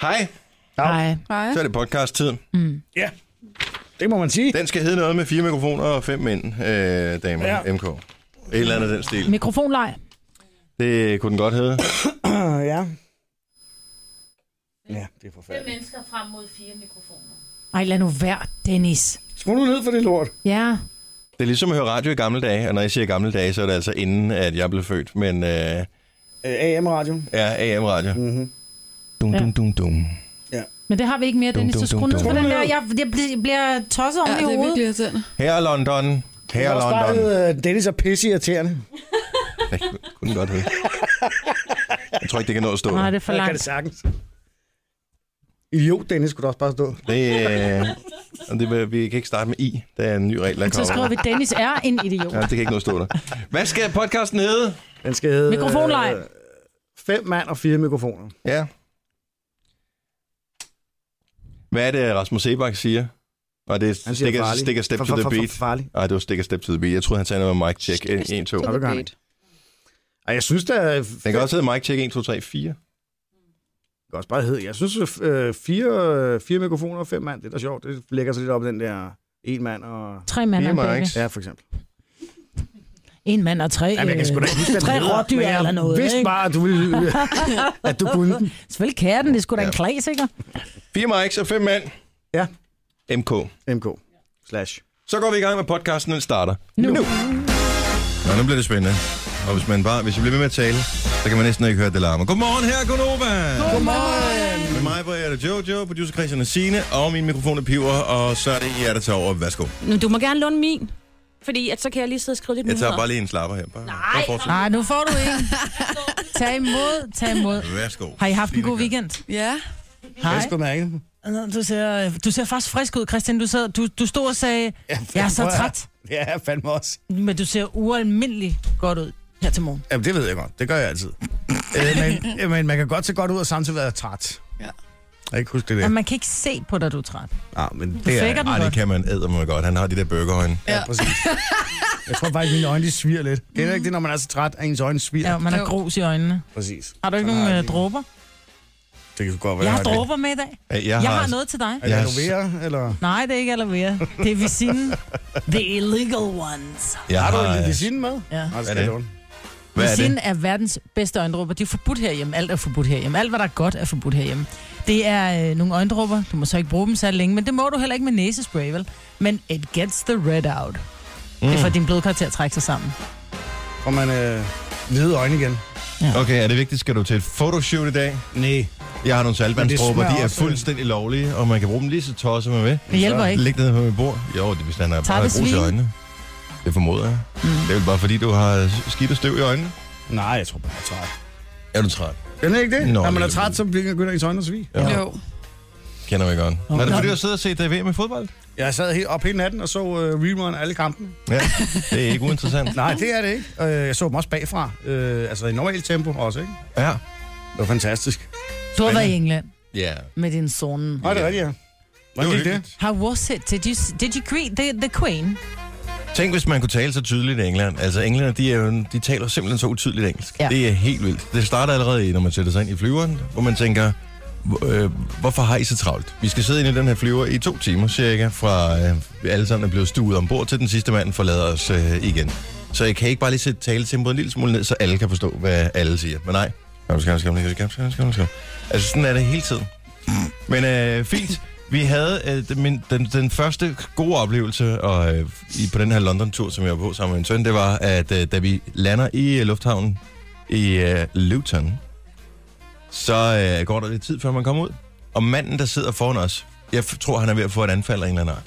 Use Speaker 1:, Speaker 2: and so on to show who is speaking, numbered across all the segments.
Speaker 1: Hej,
Speaker 2: Nej.
Speaker 3: Nej.
Speaker 1: så er det podcast-tid.
Speaker 4: Mm.
Speaker 2: Ja, det må man sige.
Speaker 1: Den skal hedde noget med fire mikrofoner og fem mænd, øh, damer, ja.
Speaker 2: Ja.
Speaker 1: MK. Et eller andet af den stil.
Speaker 4: Mikrofonleg.
Speaker 1: Det kunne den godt hedde.
Speaker 2: Ja. Ja, det er
Speaker 5: Fem
Speaker 2: forfærdeligt.
Speaker 5: mennesker frem mod fire mikrofoner.
Speaker 4: Ej, lad nu være, Dennis.
Speaker 2: Skru nu ned for det lort.
Speaker 4: Ja.
Speaker 1: Det er ligesom at høre radio i gamle dage, og når jeg siger gamle dage, så er det altså inden, at jeg blev født. Men øh, er
Speaker 2: Øh, AM-radio.
Speaker 1: AM-radio.
Speaker 2: Mm-hmm.
Speaker 1: Dum,
Speaker 4: Ja.
Speaker 1: dum, dum, dum.
Speaker 4: Men det har vi ikke mere,
Speaker 1: Dum,
Speaker 4: Dennis.
Speaker 1: dum,
Speaker 4: Så skru
Speaker 1: dum,
Speaker 4: ned
Speaker 1: dum.
Speaker 4: for den
Speaker 2: Skru
Speaker 4: der.
Speaker 2: ned.
Speaker 4: Jeg, jeg, bliver, jeg bliver tosset om
Speaker 3: Ja,
Speaker 4: i
Speaker 3: det er
Speaker 4: hovedet.
Speaker 3: virkelig irriterende.
Speaker 1: Her London.
Speaker 2: Jeg
Speaker 1: Her
Speaker 2: har
Speaker 1: London.
Speaker 2: startet uh, Dennis er pisse irriterende.
Speaker 1: Det kunne den godt hedde. Jeg tror ikke, det kan nå at stå.
Speaker 4: Nej, det er for
Speaker 2: Jeg kan det
Speaker 4: langt.
Speaker 2: sagtens. Idiot, Dennis skulle da også bare stå.
Speaker 1: Det, øh, og det, vil- vi kan ikke starte med I. Der er en ny regel, der
Speaker 4: Så
Speaker 1: kommer.
Speaker 4: skriver vi, Dennis er en idiot.
Speaker 1: Ja, det kan ikke nå at stå der. Hvad skal podcasten hedde?
Speaker 2: Den skal hedde...
Speaker 4: Mikrofonleg.
Speaker 2: øh, Fem mand og fire mikrofoner.
Speaker 1: Ja. Hvad er det, Rasmus Sebak siger? Og det
Speaker 2: Han
Speaker 1: er
Speaker 2: siger
Speaker 1: stikker,
Speaker 2: farlig.
Speaker 1: stikker step
Speaker 2: For-
Speaker 1: to
Speaker 2: for-
Speaker 1: the
Speaker 2: for- for-
Speaker 1: beat.
Speaker 2: Farlig.
Speaker 1: Nej, det var stikker step to the beat. Jeg troede, han sagde noget med mic check 1, 2.
Speaker 2: Har du gang? Ej, jeg synes da...
Speaker 1: Den kan også hedde mic check 1, 2, 3, 4.
Speaker 2: Det kan også bare hedde. Jeg synes, at øh, fire, øh, fire mikrofoner og fem mand, det er da sjovt. Det lægger sig lidt op i den der en mand og...
Speaker 4: Tre mænd og en
Speaker 1: Fire
Speaker 4: baby.
Speaker 1: mics.
Speaker 2: Ja, for eksempel.
Speaker 4: En mand og tre.
Speaker 2: Jamen, jeg kan sgu da ikke huske, hvad den
Speaker 4: Øh, tre
Speaker 2: hedder,
Speaker 4: rådyr
Speaker 2: men jeg
Speaker 4: eller noget,
Speaker 2: vidste
Speaker 4: ikke?
Speaker 2: bare, at du, ville, at du kunne den.
Speaker 4: Øh, Selvfølgelig kan den. Det skulle da en klag, sikkert.
Speaker 1: 4 mics og 5 mand.
Speaker 2: Ja.
Speaker 1: MK.
Speaker 2: MK. Slash.
Speaker 1: Så går vi i gang med podcasten, den starter.
Speaker 4: Nu.
Speaker 1: Nå, nu bliver det spændende. Og hvis man bare, hvis vi bliver ved med at tale, så kan man næsten ikke høre det larmer. Godmorgen her, Gunova! Godmorgen! Med mig, Brian og Jojo, producer Christian og Signe, og min mikrofon er piver, og så er det jer, der tager over. Værsgo.
Speaker 6: Nu, du må gerne låne min, fordi at så kan jeg lige sidde og skrive lidt
Speaker 1: Jeg tager
Speaker 6: nyheder.
Speaker 1: bare lige en slapper her. Bare, Nej, bare
Speaker 4: Nej, nu får du en. Tag imod, tag imod.
Speaker 1: Værsgo.
Speaker 4: Har I haft en
Speaker 1: Signe
Speaker 4: god
Speaker 1: Kjær.
Speaker 4: weekend?
Speaker 3: Ja.
Speaker 4: Hej.
Speaker 2: Jeg skulle mærke det.
Speaker 4: Nå, Du ser, du ser faktisk frisk ud, Christian. Du, sad, du, du stod og sagde, jeg er så
Speaker 2: prøv at-
Speaker 4: træt,
Speaker 2: Ja, jeg fandme også.
Speaker 4: men du ser ualmindelig godt ud her til morgen.
Speaker 2: Jamen, det ved jeg godt. Det gør jeg altid. øh, men, men, man kan godt se godt ud og samtidig være træt.
Speaker 3: Ja.
Speaker 2: Jeg kan ikke huske det
Speaker 4: Ja.
Speaker 2: der.
Speaker 4: Man kan ikke se på dig, du er træt.
Speaker 2: Ja, men
Speaker 4: Du
Speaker 2: det er...
Speaker 4: fækker den
Speaker 1: Ej, det
Speaker 4: godt.
Speaker 1: kan man æde mig godt. Han har de der burgerøjne.
Speaker 2: Ja,
Speaker 3: Ja.
Speaker 2: præcis. Jeg tror faktisk, at mine øjne de sviger lidt. Kender mm. ikke det, når man er så træt, at ens øjne sviger?
Speaker 4: Ja, man har
Speaker 3: Jo.
Speaker 4: grus i øjnene.
Speaker 2: Præcis.
Speaker 4: Har du ikke
Speaker 2: Sådan
Speaker 4: nogen
Speaker 2: har jeg
Speaker 4: øh, dråber?
Speaker 2: det. Det kan godt være.
Speaker 4: Jeg har
Speaker 2: det.
Speaker 4: dråber med i dag.
Speaker 1: Jeg
Speaker 4: Jeg har noget til dig.
Speaker 2: Er det
Speaker 1: Jeg-
Speaker 2: Novea, eller?
Speaker 4: Nej, det er ikke aloe vera. Det er visinen. The illegal ones.
Speaker 1: Jeg
Speaker 2: Har
Speaker 1: har,
Speaker 2: du en medicin med?
Speaker 4: Ja.
Speaker 2: Nej, det
Speaker 1: Hvad
Speaker 2: skal
Speaker 1: er
Speaker 2: jeg
Speaker 1: det?
Speaker 2: låne.
Speaker 1: Hvad er
Speaker 4: Vaccinen
Speaker 1: det?
Speaker 4: er, verdens bedste øjendråber. De er forbudt herhjemme. Alt er forbudt herhjemme. Alt, hvad der er godt, er forbudt herhjemme. Det er øh, nogle øjendråber. Du må så ikke bruge dem så længe, men det må du heller ikke med næsespray, vel? Men it gets the red out. Mm. Det får din blodkar til at trække sig sammen.
Speaker 2: Får man øh, hvide øjne igen?
Speaker 1: Mm. Okay, er det vigtigt? Skal du til et fotoshoot i dag?
Speaker 2: Nej.
Speaker 1: Jeg har nogle saltvandsdråber,
Speaker 2: Men det
Speaker 1: de
Speaker 2: smager
Speaker 1: er
Speaker 2: også-
Speaker 1: fuldstændig lovlige, og man kan bruge dem lige så tosset man vil.
Speaker 4: Det hjælper ikke.
Speaker 1: Læg det ned på mit bord. Jo, det hvis han har
Speaker 4: Tager
Speaker 1: bare
Speaker 4: det
Speaker 1: grus i
Speaker 4: svin?
Speaker 1: øjnene. Det formoder jeg. Mm. Det er vel bare fordi, du har skidt og støv i øjnene.
Speaker 2: Nej, jeg tror bare, jeg er træt.
Speaker 1: Er du træt?
Speaker 2: Er det ikke det?
Speaker 1: Nå,
Speaker 2: Når man
Speaker 1: det
Speaker 2: er
Speaker 1: er
Speaker 2: træt,
Speaker 1: det.
Speaker 2: så begynder ens øjne at svige.
Speaker 1: Ja.
Speaker 3: Jo.
Speaker 1: Kender mig godt. Okay. Er det
Speaker 4: Okay.
Speaker 1: fordi, du har siddet og set øh, DV med fodbold?
Speaker 2: Jeg sad helt op hele natten og så øh, rerun af alle kampene.
Speaker 1: Ja, det er ikke uinteressant.
Speaker 2: Nej, det er det ikke. Øh, jeg så dem også bagfra. Øh, altså i normalt tempo også, ikke?
Speaker 1: Ja.
Speaker 2: Det var fantastisk.
Speaker 4: Du har været i England
Speaker 1: Ja.
Speaker 4: med din son.
Speaker 2: Nej, det er rigtigt, ja. Hvordan
Speaker 1: var
Speaker 2: gik det?
Speaker 1: hyggeligt.
Speaker 4: How was it? Did you, did you greet the, the queen?
Speaker 1: Tænk, hvis man kunne tale så tydeligt i England. Altså, englænder, de, er jo, de taler simpelthen så utydeligt engelsk. Ja.
Speaker 4: Ja.
Speaker 1: Det er helt vildt. Det starter allerede, i, når man sætter sig ind i flyveren, hvor man tænker, "Hvor- øh, hvorfor har I så travlt? Vi skal sidde inde i den her flyver i to timer cirka, fra øh, vi alle sammen er blevet stuet ombord, til den sidste mand forlader os øh, igen. Så jeg kan ikke bare lige sætte taletempoet en lille smule ned, så alle kan forstå, hvad alle siger. Men nej. Kom, kom, kom, kom, kom, kom, kom, kom. Altså, sådan er det hele tiden. Men øh, fint. Vi havde øh, den, min, den, den første gode oplevelse og, øh, i, på den her London-tur, som jeg var på sammen med min søn. Det var, at øh, da vi lander i øh, lufthavnen i øh, Luton, så øh, går der lidt tid, før man kommer ud. Og manden, der sidder foran os, jeg f- tror, han er ved at få et anfald af en eller anden art.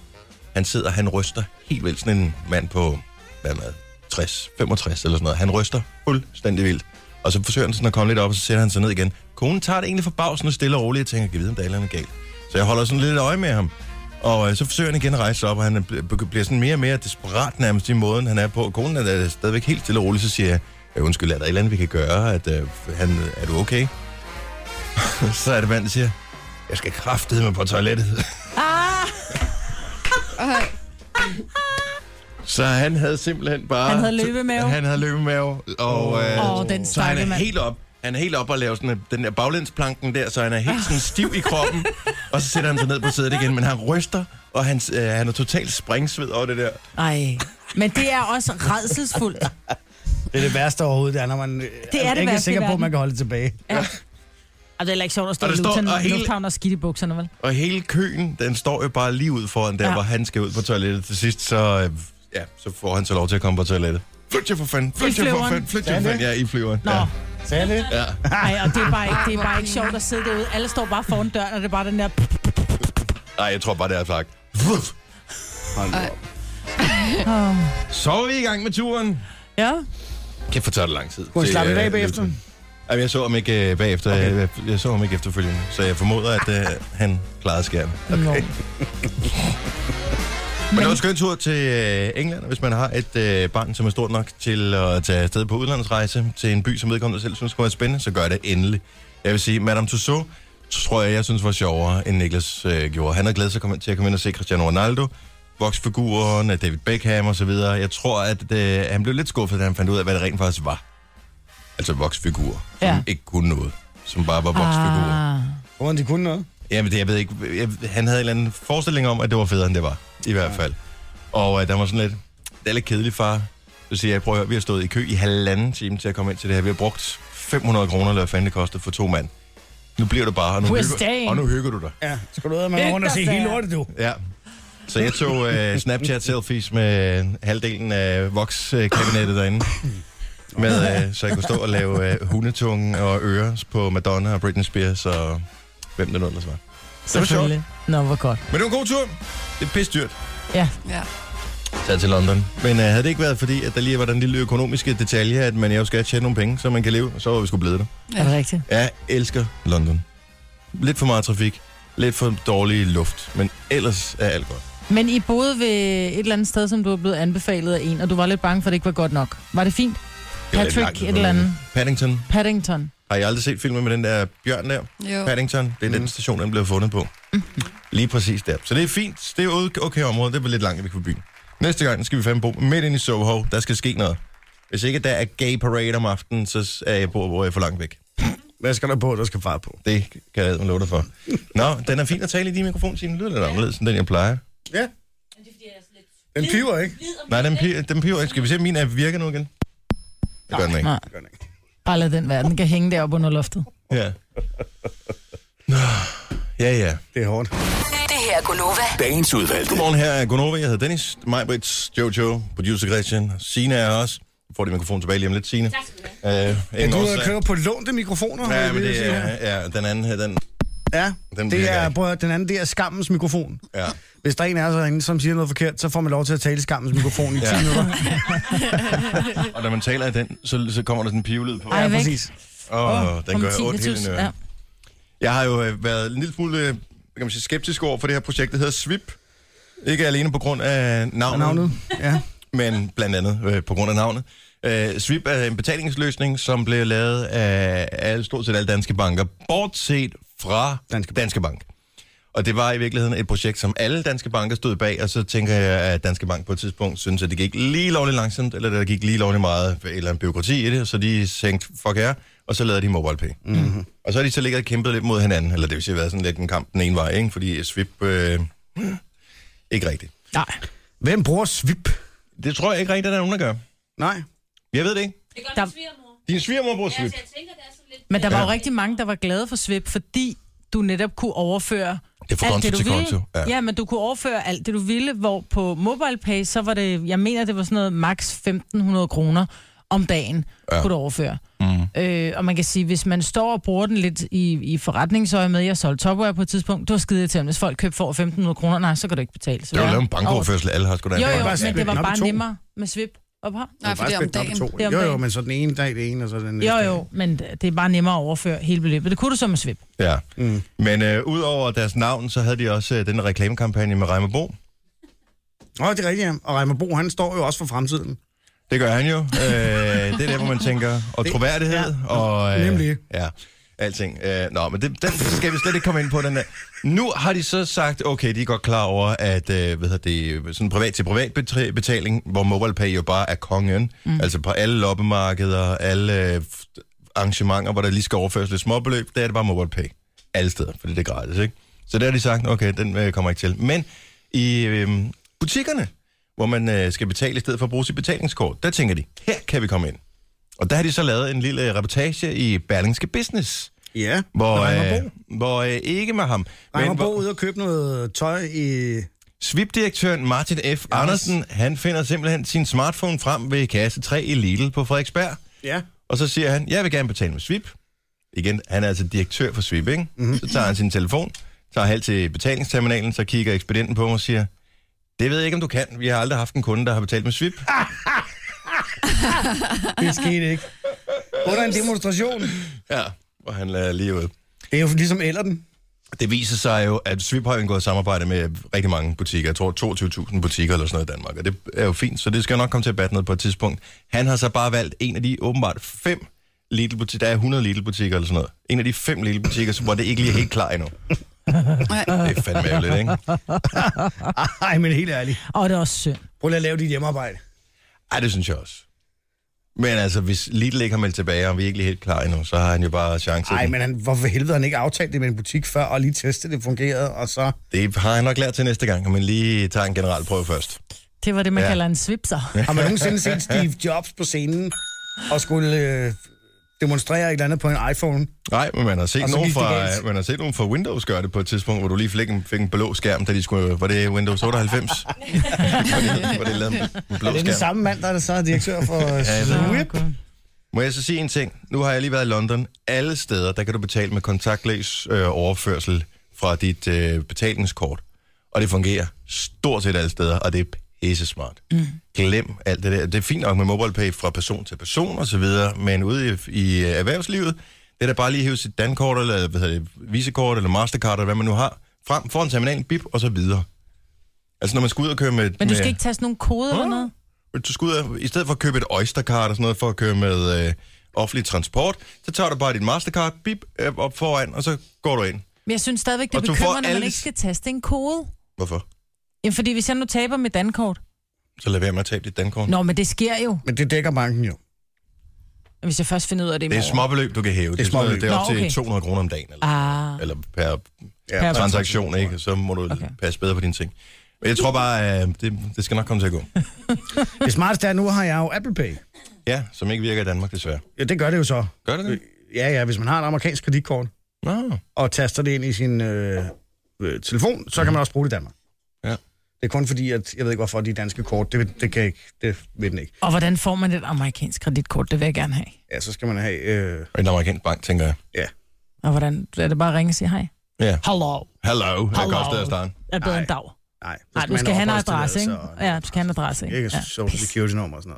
Speaker 1: Han sidder, han ryster helt vildt. Sådan en mand på, hvad med, 60, 65 eller sådan noget. Han ryster fuldstændig vildt. Og så forsøger han sådan at komme lidt op, og så sætter han sig ned igen. Konen tager det egentlig forbavsende stille og roligt, og tænker, kan vide, om der er et eller andet galt. Så jeg holder sådan lidt øje med ham. Og øh, så forsøger han igen at rejse sig op, og han er bl- bl- bliver sådan mere og mere desperat nærmest i måden, han er på. Konen er da stadigvæk helt stille og roligt, så siger jeg, "Øh, undskyld, er der et eller andet, vi kan gøre? At, øh, han, er du okay? så er det manden, der siger, jeg skal kraftedeme på toilettet.
Speaker 4: Ah,
Speaker 3: Ej.
Speaker 1: Så han havde simpelthen bare...
Speaker 4: Han havde løbemave.
Speaker 1: Han havde løbemave, og... øh,
Speaker 4: Åh, den
Speaker 1: så han er
Speaker 4: stakkels mand.
Speaker 1: helt op. Han er helt oppe og laver sådan øh, den der baglandsplanken der, så han er helt sådan stiv i kroppen. og så sætter han sig ned på sædet igen, men han ryster, og han, øh, han er totalt springsved over det der.
Speaker 4: Ej. Men det er også redselsfuldt.
Speaker 2: Det er det værste overhovedet, det er, når man det
Speaker 4: det
Speaker 2: er ikke er
Speaker 4: værste i
Speaker 2: sikker på, at
Speaker 4: verden.
Speaker 2: man kan holde det tilbage.
Speaker 4: Og det er heller ikke sjovt at stå
Speaker 1: Og
Speaker 4: i
Speaker 1: der står-
Speaker 4: lufthavnen,
Speaker 1: og hele-
Speaker 4: lufthavnen og skidt i bukserne, vel?
Speaker 1: Og hele køen, den står jo bare lige ud foran der, ja.
Speaker 4: Ja.
Speaker 1: hvor han skal ud på toilettet. Til sidst, så, øh, ja, så får han så lov til at komme på toilettet. Flyt jer for fanden, flyt jer for
Speaker 4: flyveren.
Speaker 1: fanden, flyt jer
Speaker 2: Ja,
Speaker 1: for
Speaker 2: det.
Speaker 1: fanden. Ja, i flyveren.
Speaker 4: Nå.
Speaker 1: Ja.
Speaker 2: Sagde jeg det?
Speaker 1: Ja.
Speaker 4: Ej, og det er, bare ikke, det er bare ikke sjovt at sidde derude. Alle står bare foran døren, og det er bare den der...
Speaker 1: Ej, jeg tror bare, det er flak.
Speaker 4: Oh.
Speaker 1: Så er vi i gang med turen.
Speaker 4: Ja.
Speaker 1: Kan få tage det lang tid.
Speaker 7: Må jeg
Speaker 1: Det,
Speaker 7: slappe
Speaker 1: øh,
Speaker 7: lidt af bagefter?
Speaker 1: Nielsen. Jamen, jeg så ham ikke øh, bagefter. Okay. Jeg, jeg, så ham ikke efterfølgende. Så jeg formoder, at øh, han klarede skærmen.
Speaker 4: Okay.
Speaker 1: Men det var en skøn tur til øh, England, og hvis man har et øh, barn, som er stort nok til at tage afsted på udlandsrejse til en by, som vedkommende selv synes kunne være spændende, så gør det endelig. Jeg vil sige, Madame Tussauds tror jeg, jeg synes var sjovere, end Niklas øh, gjorde. Han havde glædet sig komme- til at komme ind og se Cristiano Ronaldo, voksfiguren, øh, David Beckham osv. Jeg tror, at øh, han blev lidt skuffet, da han fandt ud af, hvad det rent faktisk var. Altså voksfigurer, som ja.
Speaker 4: Ja.
Speaker 1: ikke kunne noget, som bare var voksfigurer.
Speaker 4: Ah.
Speaker 2: Hvor de kunne noget.
Speaker 1: Jamen, det, jeg ved ikke. Jeg, han havde en eller anden forestilling om, at det var federe, end det var. I hvert fald. Og øh, der var sådan lidt... Det er lidt kedeligt, far. Så siger jeg, prøv at høre, vi har stået i kø i halvanden time til at komme ind til det her. Vi har brugt 500 kroner, eller hvad fanden det kostede for to mand. Nu bliver du bare, og nu,
Speaker 4: We're
Speaker 1: hygger,
Speaker 4: staying.
Speaker 1: og nu hygger du dig.
Speaker 2: Ja, skal du ud med rundt og se
Speaker 4: Ikke,
Speaker 2: hele
Speaker 4: sagde
Speaker 2: lortet, du?
Speaker 1: Ja. Så jeg tog øh, Snapchat-selfies med øh, halvdelen af Vox-kabinettet derinde. Med, øh, så jeg kunne stå og lave øh, hundetunge og ører på Madonna og Britney Spears og hvem det nu ellers var.
Speaker 4: Selvfølgelig. Nå, hvor godt.
Speaker 1: Men det var en god tur. Det er pisse dyrt.
Speaker 3: Ja.
Speaker 1: taget til London. Men øh, havde det ikke været fordi, at der lige var den lille økonomiske detalje, at man jo skal tjene nogle penge, så man kan leve, så var vi sgu blevet der.
Speaker 4: Er det rigtigt?
Speaker 1: Jeg elsker London. Lidt for meget trafik, lidt for dårlig luft, men ellers er alt godt.
Speaker 4: Men I boede ved et eller andet sted, som du er blevet anbefalet af en, og du var lidt bange for, at det ikke var godt nok. Var det fint?
Speaker 1: Det var lidt langt,
Speaker 4: Patrick et eller andet.
Speaker 1: Paddington.
Speaker 4: Paddington.
Speaker 1: Har I aldrig set filmen med den der bjørn der?
Speaker 3: Jo.
Speaker 1: Paddington. Det er mm. den station, den blev fundet på. Lige præcis der. Så det er fint. Det er ude- okay område. Det var lidt langt væk fra byen. Næste gang skal vi fandme bo midt ind i Soho. Der skal ske noget. Hvis ikke der er gay parade om aftenen, så er jeg på, hvor jeg er for langt væk.
Speaker 7: Hvad skal der på, der skal far på?
Speaker 1: Det kan jeg love dig for. Nå, den er fin at tale i din mikrofon, Signe. Den lyder lidt anderledes, end den, jeg plejer.
Speaker 2: Ja,
Speaker 6: Men det er fordi, jeg er sådan lidt
Speaker 2: den piver, ikke?
Speaker 6: hvid om
Speaker 1: Nej, den, pi- den piver ikke. Skal vi se, om min app virker nu igen? Det gør den ikke.
Speaker 4: Nej. Bare lad den være. Den kan hænge deroppe under loftet.
Speaker 1: Ja. Nå, ja, ja.
Speaker 2: Det er hårdt.
Speaker 8: Det her er Gunova.
Speaker 9: Dagens udvalgte.
Speaker 1: Godmorgen, her er Gunova. Jeg hedder Dennis, Majbrits, Jojo, producer Christian, Sina er også. Du får din mikrofon tilbage lige om lidt, Sine. Tak skal du have. Øh,
Speaker 2: Men
Speaker 1: ingen
Speaker 2: du er ude
Speaker 1: årsag.
Speaker 2: at køre på lånte mikrofoner. vil
Speaker 1: Ja,
Speaker 2: jeg
Speaker 1: men
Speaker 2: lige
Speaker 1: det
Speaker 2: sige her.
Speaker 1: er, ja, den anden her, den,
Speaker 2: Ja,
Speaker 1: Den
Speaker 2: det
Speaker 1: virker
Speaker 2: er,
Speaker 1: ikke.
Speaker 2: prøv, at høre, den anden, det er skammens mikrofon.
Speaker 1: ja.
Speaker 2: Hvis der er en af os herinde, som siger noget forkert, så får man lov til at tale i skammens mikrofon i 10
Speaker 1: Ja.
Speaker 2: minutter.
Speaker 1: Og når man taler af den, så, så kommer der sådan en pivlyd på.
Speaker 4: Ej,
Speaker 2: Ja,
Speaker 4: væk.
Speaker 2: præcis.
Speaker 1: Åh, oh, den
Speaker 4: Om
Speaker 1: gør
Speaker 4: 10
Speaker 1: ondt helt i
Speaker 4: tusinde.
Speaker 1: nøren.
Speaker 4: Ja.
Speaker 1: Jeg har jo øh, været en lille smule øh, hvad kan man sige, skeptisk over for det her projekt, der hedder SWIP. Ikke alene på grund af
Speaker 2: Og
Speaker 1: navnet,
Speaker 2: navnet.
Speaker 1: navnet.
Speaker 2: Ja.
Speaker 1: men blandt andet øh, på grund af navnet. Øh, SWIP er en betalingsløsning, som blev lavet af alle, stort set alle danske banker, bortset fra Danske,
Speaker 2: Danske Bank.
Speaker 1: Danske Bank. Og det var i virkeligheden et projekt, som alle danske banker stod bag, og så tænker jeg, at Danske Bank på et tidspunkt synes, at det gik lige lovligt langsomt, eller der gik lige lovligt meget eller en byråkrati i det, så de tænkte, fuck her, og så lavede de MobilePay. Mm-hmm. Og så har de så ligget og kæmpet lidt mod hinanden, eller det vil sige, været sådan lidt en kamp den ene vej, ikke? fordi Swip øh, ikke rigtigt.
Speaker 2: Nej. Hvem bruger svip?
Speaker 1: Det tror jeg ikke rigtigt, at der er nogen, der gør.
Speaker 2: Nej.
Speaker 1: Jeg ved det ikke.
Speaker 6: Det gør
Speaker 4: Der-
Speaker 6: min svigermor.
Speaker 1: Din svigermor bruger
Speaker 6: Ja,
Speaker 1: Swip.
Speaker 6: så jeg tænker, det er sådan lidt...
Speaker 4: Men der var jo
Speaker 1: Ja.
Speaker 4: rigtig mange, der var glade for Svip, fordi du netop kunne overføre
Speaker 1: Det er fra
Speaker 4: alt
Speaker 1: konto
Speaker 4: det, du
Speaker 1: til konto.
Speaker 4: ville.
Speaker 1: Ja.
Speaker 4: Ja. men du kunne overføre alt det, du ville, hvor på MobilePay, så var det, jeg mener, det var sådan noget maks 1.500 kroner om dagen,
Speaker 1: Ja.
Speaker 4: ja. kunne du overføre. Mm. Øh, og man kan sige, hvis man står og bruger den lidt i, i forretningsøje med, jeg solgte topware på et tidspunkt, du var skide til, hvis folk købte for 1.500 kroner, nej, så kan du ikke betale. Så
Speaker 1: Det er jo
Speaker 4: ja.
Speaker 1: lavet en bankoverførsel, alle har sgu da.
Speaker 4: Jo, jo,
Speaker 2: bare
Speaker 4: men
Speaker 2: splitte
Speaker 4: det
Speaker 2: den
Speaker 4: var
Speaker 2: op i
Speaker 4: bare
Speaker 2: to.
Speaker 4: nemmere med Svip op her.
Speaker 3: Nej, for det er om dagen.
Speaker 2: To.
Speaker 4: Det er om
Speaker 2: Jo, jo,
Speaker 4: dagen.
Speaker 2: men så den ene dag det ene, og så den næste
Speaker 4: Jo,
Speaker 2: dag.
Speaker 4: jo, men det er bare nemmere at overføre hele beløbet. Det kunne du så med Svip.
Speaker 1: Ja. Mm. Men øh, udover deres navn, så havde de også øh, den reklamekampagne med Reimer Bo.
Speaker 2: Åh, det er rigtigt, ja. Og Reimer Bo, han står jo også for fremtiden.
Speaker 1: Det gør han jo. Øh, det er der, hvor man tænker, og troværdighed,
Speaker 2: ja.
Speaker 1: og... Øh,
Speaker 2: Nemlig.
Speaker 1: Ja, alting. Øh, nå, men det, den skal vi slet ikke komme ind på, den der. Nu har de så sagt, okay, de er godt klar over, at øh, hvad hedder det, sådan privat til privat betri- betaling, hvor MobilePay jo bare er kongen, mm. altså på alle loppemarkeder, alle øh, arrangementer, hvor der lige skal overføres lidt småbeløb, der er det bare MobilePay. Alle steder, fordi det er gratis, ikke? Så der har de sagt, okay, den øh, kommer ikke til. Men i øh, butikkerne, hvor man øh, skal betale i stedet for at bruge sit betalingskort, der tænker de, her kan vi komme ind. Og der har de så lavet en lille reportage i Berlingske Business,
Speaker 7: Ja.
Speaker 1: hvor,
Speaker 2: Med Reimer
Speaker 1: øh, hvor øh, ikke med ham,
Speaker 2: Nej, man
Speaker 1: hvor-
Speaker 2: bor ude og købe noget tøj i...
Speaker 1: Svipdirektøren Martin F. Andersen, han finder simpelthen sin smartphone frem ved kasse 3 i Lidl på Frederiksberg.
Speaker 7: Ja.
Speaker 1: Og så siger han, jeg vil gerne betale med Svip. Igen, han er altså direktør for Svip, ikke? Mm-hmm. Så tager han sin telefon, tager halv til betalingsterminalen, så kigger ekspedienten på mig og siger, det ved jeg ikke, om du kan. Vi har aldrig haft en kunde, der har betalt med Svip.
Speaker 2: Det skete ikke. Under en demonstration.
Speaker 1: Ja, og han lader lige ud.
Speaker 2: Det er jo ligesom Ellerden.
Speaker 1: Det viser sig jo, at Svip har jo indgået samarbejde med rigtig mange butikker. Jeg tror 22.000 butikker eller sådan noget i Danmark. Og det er jo fint, så det skal nok komme til at batte noget på et tidspunkt. Han har så bare valgt en af de åbenbart fem Lidl-butikker. Der er 100 Lidl-butikker eller sådan noget. En af de fem Lidl-butikker, så- hvor det ikke lige er helt klar endnu. Det er fandme ærgerligt, ikke?
Speaker 2: Ej, men helt ærligt.
Speaker 4: Og det er også synd.
Speaker 2: Prøv lige at lave dit hjemmearbejde.
Speaker 1: Ej, det synes jeg også. Men altså, hvis Lidl ikke har meldt tilbage, og vi er ikke lige helt klar endnu, så har han jo bare chance.
Speaker 2: Nej, men han, hvorfor helvede har han ikke aftalt det med en butik før, og lige testet, det fungerede, og så...
Speaker 1: Det har han nok lært til næste gang, men lige tager en generalprøve først.
Speaker 4: Det var det, man
Speaker 1: Ja.
Speaker 4: ja. kalder en svipser.
Speaker 2: Har man nogensinde set Steve Jobs på scenen, og skulle øh, demonstrere et eller andet på en iPhone?
Speaker 1: Nej, men man har
Speaker 2: Og
Speaker 1: set,
Speaker 2: så
Speaker 1: nogen
Speaker 2: gik det
Speaker 1: fra, øh,
Speaker 2: galt.
Speaker 1: man har set nogen fra Windows gøre det på et tidspunkt, hvor du lige fik en, fik en blå skærm, da de skulle... øh, Var det Windows 98? hvor det, hvor det lavede en
Speaker 2: Er
Speaker 1: blå
Speaker 2: det den
Speaker 1: skærm.
Speaker 2: samme mand, der er så direktør for Sweep?
Speaker 1: Må jeg så sige en ting? Nu har jeg lige været i London. Alle steder, der kan du betale med kontaktløs øh, overførsel fra dit øh, betalingskort. Og det fungerer stort set alle steder, og det er pisse smart. Mm. Glem alt det der. Det er fint nok med MobilePay fra person til person og så videre, men ude i, i øh, erhvervslivet, det er da bare lige at hive sit dankort, eller hvad hedder det, visekort, eller mastercard, eller hvad man nu har, frem foran terminalen, bip, og så videre. Altså når man skal ud og køre med...
Speaker 4: Men du
Speaker 1: med,
Speaker 4: skal ikke tage sådan nogle koder eller noget?
Speaker 1: men du skal ud og, i stedet for at købe et Oystercard og sådan noget, for at køre med øh, offentlig transport, så tager du bare dit Mastercard, bip, øh, op foran, og så går du ind.
Speaker 4: Men jeg synes stadigvæk, det er
Speaker 1: Og du får
Speaker 4: bekymrende, at man
Speaker 1: alle-
Speaker 4: ikke skal taste en kode.
Speaker 1: Hvorfor?
Speaker 4: Jamen, fordi hvis jeg nu taber mit dankort...
Speaker 1: Så lad være med at tabe dit dankort.
Speaker 4: Nå, men det sker jo,
Speaker 2: Men det dækker banken jo.
Speaker 4: hvis jeg først finder ud af det i
Speaker 1: Det er
Speaker 4: morgen.
Speaker 1: småbeløb, du kan hæve. Det er, småbeløb.
Speaker 2: småbeløb.
Speaker 1: Det er op
Speaker 4: Nå,
Speaker 1: til
Speaker 4: okay.
Speaker 1: 200 kroner om dagen, eller,
Speaker 4: Ah,
Speaker 1: eller per
Speaker 4: per-
Speaker 1: transaktion, ikke? Så må du okay.
Speaker 4: Okay.
Speaker 1: passe bedre på dine ting. Men jeg tror bare, øh, det, det skal nok komme til at gå.
Speaker 2: Det smarteste er, at nu har jeg jo Apple Pay.
Speaker 1: Ja, som ikke virker i Danmark, desværre.
Speaker 2: Ja, det gør det jo så.
Speaker 1: Gør det det?
Speaker 2: Ja, ja, hvis man har et amerikansk kreditkort,
Speaker 1: Nå,
Speaker 2: og taster det ind i sin øh, øh, telefon, så kan man også bruge det i Danmark.
Speaker 1: Ja.
Speaker 2: Det er kun fordi, at jeg ved ikke, hvorfor de danske kort, det, det kan ikke, det ved den ikke.
Speaker 4: og hvordan får man et amerikansk kreditkort? Det vil jeg gerne have.
Speaker 2: Ja, så skal man have... Øh,
Speaker 1: en amerikansk bank, tænker jeg.
Speaker 4: Og hvordan er det bare at ringe og sige hej?
Speaker 1: Ja.
Speaker 4: Hello.
Speaker 1: Hello, her
Speaker 4: Hello.
Speaker 1: koster at starte.
Speaker 4: Er bedre en dag.
Speaker 2: nej, så
Speaker 4: Nej, du skal
Speaker 2: have
Speaker 4: have en
Speaker 2: opholdstilladelse
Speaker 4: adresse, ikke?
Speaker 2: og-
Speaker 4: Ja, du skal have en adresse, ikke?
Speaker 2: Ikke
Speaker 4: Ja.
Speaker 2: social security nummer og sådan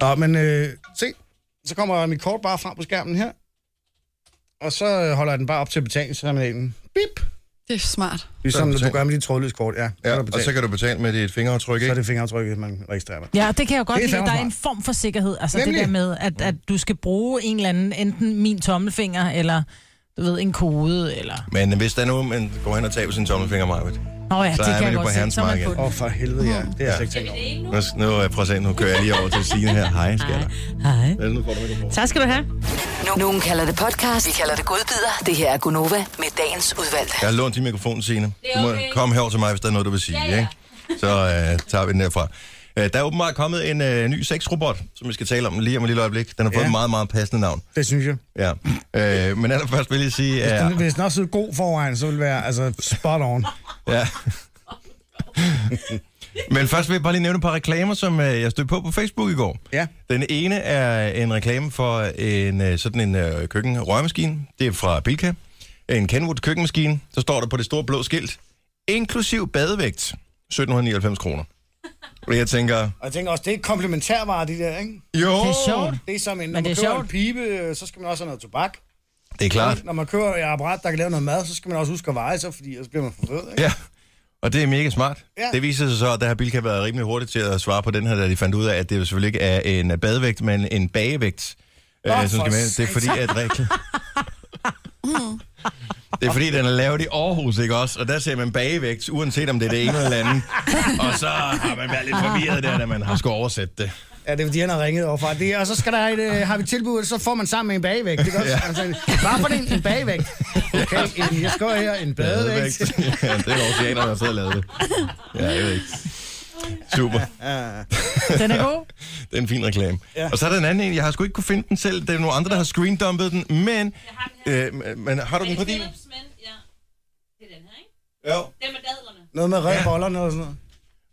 Speaker 2: noget. Nå, men øh, se, så kommer mit kort bare frem på skærmen her, og så øh, holder jeg den bare op til betalingsterminalen. Bip!
Speaker 3: Det er smart.
Speaker 2: Ligesom
Speaker 1: Så er
Speaker 2: når
Speaker 1: det
Speaker 2: du
Speaker 1: betalt.
Speaker 2: gør med dit trådløse kort, ja. Så,
Speaker 1: Ja,
Speaker 2: er, der
Speaker 1: og
Speaker 2: betalt.
Speaker 1: så kan du betale med dit fingeraftryk,
Speaker 2: så er
Speaker 1: ikke?
Speaker 2: det fingeraftrykket, man registrerer med.
Speaker 4: Ja, det kan jeg godt
Speaker 2: Det er
Speaker 4: lide.
Speaker 2: fandme
Speaker 4: Der er en
Speaker 2: smart.
Speaker 4: form for sikkerhed. Altså Nemlig.
Speaker 2: Nemlig.
Speaker 4: det der med, at, at du skal bruge en eller anden, enten min tommelfinger, eller du ved, en kode, eller...
Speaker 1: Men hvis der er nu, man går hen og taber sin tommelfinger, Marvitt,
Speaker 4: Nå ja,
Speaker 1: Så
Speaker 4: det
Speaker 1: er
Speaker 4: kan
Speaker 1: man
Speaker 4: jeg
Speaker 1: jo på
Speaker 4: godt se.
Speaker 1: herrens
Speaker 4: Så er man
Speaker 1: mark
Speaker 4: på
Speaker 1: igen.
Speaker 2: Åh,
Speaker 4: den.
Speaker 2: oh, for helvede, ja. Det er jeg slet ikke tænkt over.
Speaker 1: Nu, nu, øh, er jeg præsent, nu kører jeg lige over til Signe her. Hej, skatter.
Speaker 4: Hej.
Speaker 1: Altså, nu får du mikrofonen.
Speaker 10: Tak skal du have.
Speaker 8: Nu- Nogen kalder det podcast, vi kalder det godbider. Det her er Gunova med dagens udvalgte.
Speaker 1: Jeg har lånt din mikrofon, Signe.
Speaker 6: Det er
Speaker 1: Du må
Speaker 6: okay.
Speaker 1: komme herover til mig, hvis der er noget, du vil sige.
Speaker 6: Ja, ja.
Speaker 1: Ikke? Så øh, tager vi den derfra. Øh, der er åbenbart kommet en øh, ny sexrobot, som vi skal tale om lige om et lille øjeblik. Den har fået
Speaker 2: Ja.
Speaker 1: et meget, meget passende navn.
Speaker 2: Det synes jeg.
Speaker 1: Ja. Øh, men allerførst vil jeg sige...
Speaker 2: Hvis,
Speaker 1: Øh,
Speaker 2: den, hvis den også er god forvejen, så vil det være altså, spot on.
Speaker 1: Ja. Men først vil jeg bare lige nævne et par reklamer, som øh, jeg stødte på på Facebook i går.
Speaker 2: Ja.
Speaker 1: Den ene er en reklame for en øh, sådan en øh, køkkenrørmaskine. Det er fra Bilka. En Kenwood køkkenmaskine. Så står der på det store blå skilt, inklusiv badevægt, 1799 kroner. Og jeg tænker,
Speaker 2: Og jeg tænker også, det er komplementærvarer, de der, ikke?
Speaker 1: jo,
Speaker 4: Det er sjovt.
Speaker 2: Det er som en, når
Speaker 4: Men
Speaker 2: man
Speaker 4: det er
Speaker 2: køber
Speaker 4: sjovt.
Speaker 2: en pibe, øh, så skal man også have noget tobak.
Speaker 1: det er klart.
Speaker 2: Når man køber et apparat, der kan lave noget mad, så skal man også huske at veje sig, fordi ellers bliver man forfødet, ikke?
Speaker 1: Ja, og det er mega smart. Ja.
Speaker 2: Ja.
Speaker 1: Det viser sig så, at der har Bilka været rimelig hurtigt til at svare på den her, da de fandt ud af, at det jo selvfølgelig ikke er en badevægt, men en bagevægt.
Speaker 2: Nå,
Speaker 1: øh, som
Speaker 2: for
Speaker 1: skal med. Det er fordi, at Rikle... Det er fordi, den er lavet i Aarhus, ikke også? Og der ser man bagevægt, uanset om det er det ene eller andet. Og så har man været lidt forvirret der, da man har skulle oversætte det.
Speaker 2: Ja, det er fordi, han har ringet overfra. Det, er- og så skal der et, øh, har vi tilbud, så får man sammen med en bagevægt. Det er godt.
Speaker 1: Ja.
Speaker 2: Ja. Altså, bare for det en, en bagevægt. Okay, en, jeg skal her, en badevægt.
Speaker 1: ja, det er oceanerne, der sidder og lavet det. Ja, jeg ved ikke. Super.
Speaker 4: Den er god.
Speaker 1: Det er en fin reklame. Ja. Og så er der en anden en, jeg har sgu ikke kunne finde den selv. Det er nogle andre, der har screendumpet den, men... Øh, men har du den på din?
Speaker 6: Philips, men ja. Det er den her, ikke?
Speaker 1: Jo.
Speaker 6: Den med dadlerne.
Speaker 2: Noget med red bollerne og sådan noget.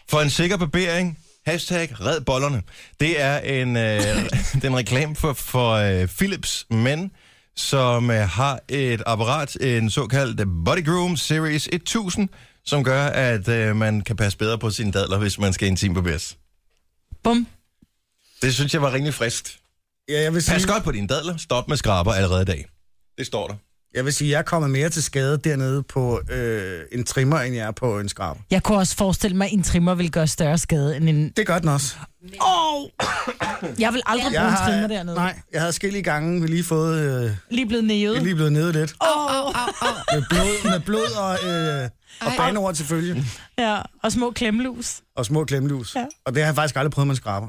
Speaker 1: For en sikker barbering. Hashtag red bollerne. Det er en, øh, det er en reklame for, for øh, Philips mænd, som øh, har et apparat, en såkaldt Body Groom Series 1000, som gør, at øh, man kan passe bedre på sine dadler, hvis man skal intim barberes.
Speaker 4: Bum.
Speaker 1: Det synes jeg var rimelig friskt.
Speaker 2: Ja, jeg vil sige,
Speaker 1: Pas godt på dine dadler. Stop med skraber allerede i dag. Det står der.
Speaker 2: jeg, vil sige, jeg er kommet mere til skade dernede på øh, en trimmer, end jeg er på en skrab.
Speaker 4: Jeg kunne også forestille mig, at en trimmer vil gøre større skade end en...
Speaker 2: Det gør den også.
Speaker 4: Jeg vil aldrig
Speaker 2: Jeg
Speaker 4: bruge en trimmer dernede.
Speaker 2: Nej, jeg havde skille gange vi lige fået... Øh, jeg
Speaker 4: Lige blevet nævet.
Speaker 2: er lige blevet nede lidt.
Speaker 3: Au, au, au, au.
Speaker 2: Med blod, med blod og, øh, og
Speaker 3: Ej.
Speaker 2: banord til følge.
Speaker 4: Ja, og små klemlus.
Speaker 2: Og små klemlus.
Speaker 4: Ja.
Speaker 2: Ja. Og det har jeg faktisk aldrig prøvet med en skraber.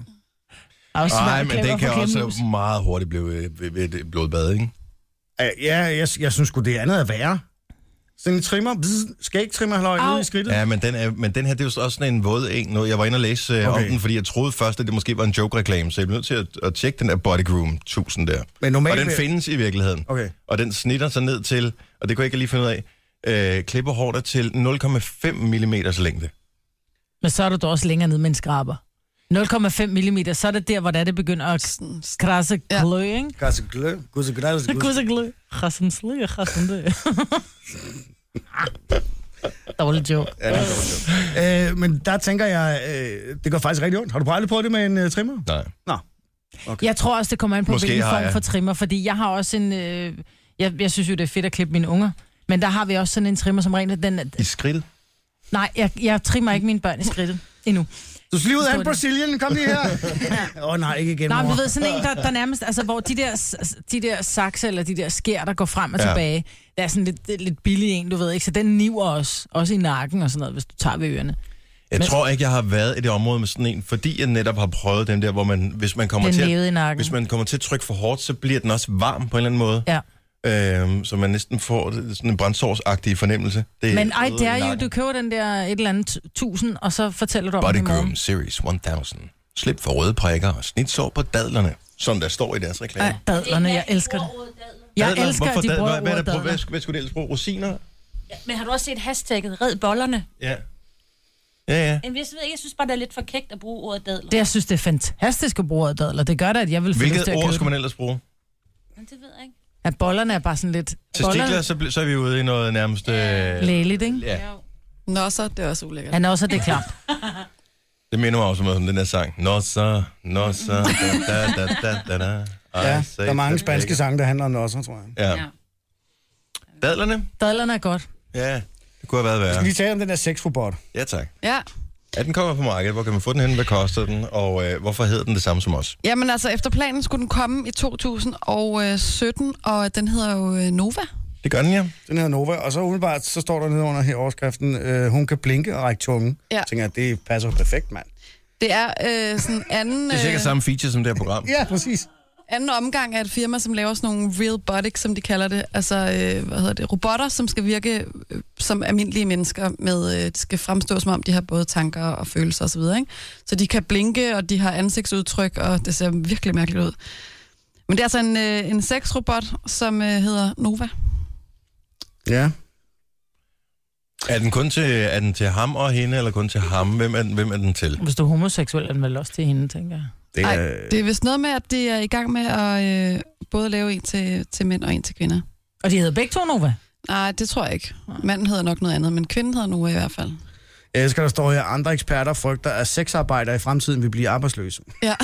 Speaker 1: Nej, men det kan også meget hurtigt blive øh, et et blodbad, ikke?
Speaker 2: Øh, Ja, jeg, jeg synes sgu, det andet er værre. Sådan en trimmer, bzz, skægtrimmer, halløj,
Speaker 4: Au.
Speaker 2: ned i skridtet. Ja.
Speaker 1: Ja, men den, er, men den her, det er jo så også sådan en våd en. Nu, jeg var inde og læse øh, okay. om
Speaker 2: Okay.
Speaker 1: den, fordi jeg troede først, at det måske var en joke-reklame, så jeg blev nødt til at, at tjekke den der Body Groom 1000 der.
Speaker 2: Men normalt
Speaker 1: og den
Speaker 2: vil-
Speaker 1: findes i virkeligheden.
Speaker 2: Okay.
Speaker 1: Og den snitter sig ned til, og det kunne jeg ikke lige finde ud af, øh, klipper hårdt til 0,5 mm længde.
Speaker 4: Men så er du da også længere nede med en skraber. 0,5 mm, så er det der, hvor det, er, det begynder at krasse
Speaker 3: Ja.
Speaker 4: glø, ikke?
Speaker 2: Kasse glø, gusse glø, gusse glø.
Speaker 4: Krasse glø. Krassen slø, krassen dø. Dårlig joke.
Speaker 2: Ja, det er godt, jo. øh, men der tænker jeg, øh, det gør faktisk rigtig ondt. Har du prøvet på det med en øh, trimmer?
Speaker 1: Nej.
Speaker 2: Nå.
Speaker 4: Jeg tror også, det kommer an på,
Speaker 1: Måske
Speaker 4: Måske hvilken
Speaker 1: har
Speaker 4: form
Speaker 1: jeg.
Speaker 4: for trimmer, fordi jeg har også en... Øh, jeg, jeg synes jo, det er fedt at klippe mine unger. Men der har vi også sådan en trimmer, som rent... Den,
Speaker 1: I skridtet?
Speaker 4: nej, jeg, jeg trimmer ikke mine børn i skridtet endnu.
Speaker 2: Du skal lige ud af
Speaker 4: Forstår
Speaker 2: en
Speaker 4: det.
Speaker 2: Brasilien, kom lige her. Åh oh, nej, ikke igen,
Speaker 4: Nej,
Speaker 2: mor.
Speaker 4: men du ved, sådan en, der, der nærmest, altså hvor de der, s- de der sakse eller de der skær, der går frem og
Speaker 1: Ja.
Speaker 4: ja. tilbage, der er sådan lidt, det er lidt billig en, du ved ikke, så den niver også, også i nakken og sådan noget, hvis du tager ved ørerne.
Speaker 1: Jeg
Speaker 4: Men-
Speaker 1: tror ikke, jeg har været i det område med sådan en, fordi jeg netop har prøvet den der, hvor man, hvis man kommer,
Speaker 4: Den
Speaker 1: til,
Speaker 4: nævede i
Speaker 1: at,
Speaker 4: nakken.
Speaker 1: hvis man kommer til at trykke for hårdt, så bliver den også varm på en eller anden måde.
Speaker 4: Ja.
Speaker 1: Øhm, så man næsten får det- sådan en brændsårsagtig fornemmelse. Det er
Speaker 4: Men ej, det er jo,
Speaker 1: nakken.
Speaker 4: du køber den der et eller andet tusind, og så fortæller du om det
Speaker 1: Body
Speaker 4: i morgen.
Speaker 1: Groom Series 1000. Slip for røde prikker og snitsår på dadlerne, som der står i deres reklame.
Speaker 4: Ej, dadlerne, jeg elsker det. Jeg
Speaker 1: Dadler?
Speaker 4: elsker,
Speaker 1: Hvorfor
Speaker 4: at de
Speaker 1: dadler? hvad,
Speaker 4: bruger
Speaker 1: hvad, er
Speaker 4: ordet
Speaker 1: der på- hvad,
Speaker 4: dadler.
Speaker 1: skulle- hvad skulle det ellers bruge? Rosiner?
Speaker 10: Men har du også set hashtagget Red bollerne?
Speaker 1: Ja. Ja, ja.
Speaker 6: Jamen, jeg, ved ikke, jeg synes bare, det er lidt for kægt at bruge ordet dadler.
Speaker 4: Det, jeg synes, det er fantastisk at bruge ordet dadler. Det gør da, at jeg vil få lyst
Speaker 1: Hvilket
Speaker 4: til at
Speaker 1: ord
Speaker 4: købe
Speaker 1: skulle
Speaker 4: man...
Speaker 1: man ellers bruge?
Speaker 6: Men det ved jeg ikke.
Speaker 4: At bollerne er bare sådan lidt...
Speaker 1: Testikler, så, bl- så er vi ude i noget nærmest... Øh,
Speaker 4: boller- Lægeligt, ikke?
Speaker 1: ja.
Speaker 3: Nå, så det er også ulækkert.
Speaker 4: Han er også, at det er klart.
Speaker 1: Det minder mig også om den der sang. Nå så, nå så, da, da, da, da, da, da. Ej,
Speaker 2: Ja,
Speaker 1: se,
Speaker 2: der er mange
Speaker 1: det
Speaker 2: spanske
Speaker 1: ligger.
Speaker 2: sange, der handler om også, tror jeg.
Speaker 1: Ja. Dadlerne?
Speaker 4: Dadlerne er godt.
Speaker 1: Ja, det kunne have været
Speaker 2: Vi skal
Speaker 1: værre.
Speaker 2: lige tale om den der sexrobot.
Speaker 1: Ja, tak.
Speaker 3: Ja.
Speaker 1: Ja, den kommer på markedet. Hvor kan man få den hen? Hvad koster den? Og øh, hvorfor hedder den det samme som os?
Speaker 3: Jamen altså, efter planen skulle den komme i 2017, øh, og den hedder jo øh, Nova.
Speaker 1: Det gør den, ja.
Speaker 2: Den hedder Nova, og så umiddelbart, så står der nede under her overskriften, øh, hun kan blinke og række tungen.
Speaker 3: Ja.
Speaker 2: Jeg tænker, det passer jo perfekt, mand.
Speaker 3: Det er øh, sådan anden,
Speaker 1: Det er cirka
Speaker 3: øh,
Speaker 1: samme feature som det her program.
Speaker 2: Ja, præcis.
Speaker 3: anden omgang af et firma, som laver sådan nogle real robotics, som de kalder det. Altså, øh, hvad hedder det? Robotter, som skal virke øh, som almindelige mennesker. med øh, De skal fremstå, som om de har både tanker og følelser osv. Så, ikke? så de kan blinke, og de har ansigtsudtryk, og det ser virkelig mærkeligt ud. Men det er altså en, øh, en sexrobot, som øh, hedder Nova.
Speaker 2: Ja.
Speaker 1: Er den kun til, er den til ham og hende, eller kun til ham? Hvem er den, hvem er den til?
Speaker 4: Hvis du er homoseksuel, er den vel også til hende, tænker jeg.
Speaker 2: Det
Speaker 3: Ej,
Speaker 2: er,
Speaker 3: Det er vist noget med, at de er i gang med at øh, både lave en til, til mænd og en til kvinder.
Speaker 4: Og de hedder begge to Nova.
Speaker 3: Nej, det tror jeg ikke. Manden hedder nok noget andet, men kvinden hedder Nova i hvert fald.
Speaker 2: jeg elsker, der står her, andre eksperter frygter, at sexarbejdere i fremtiden vil blive arbejdsløse.
Speaker 3: Ja.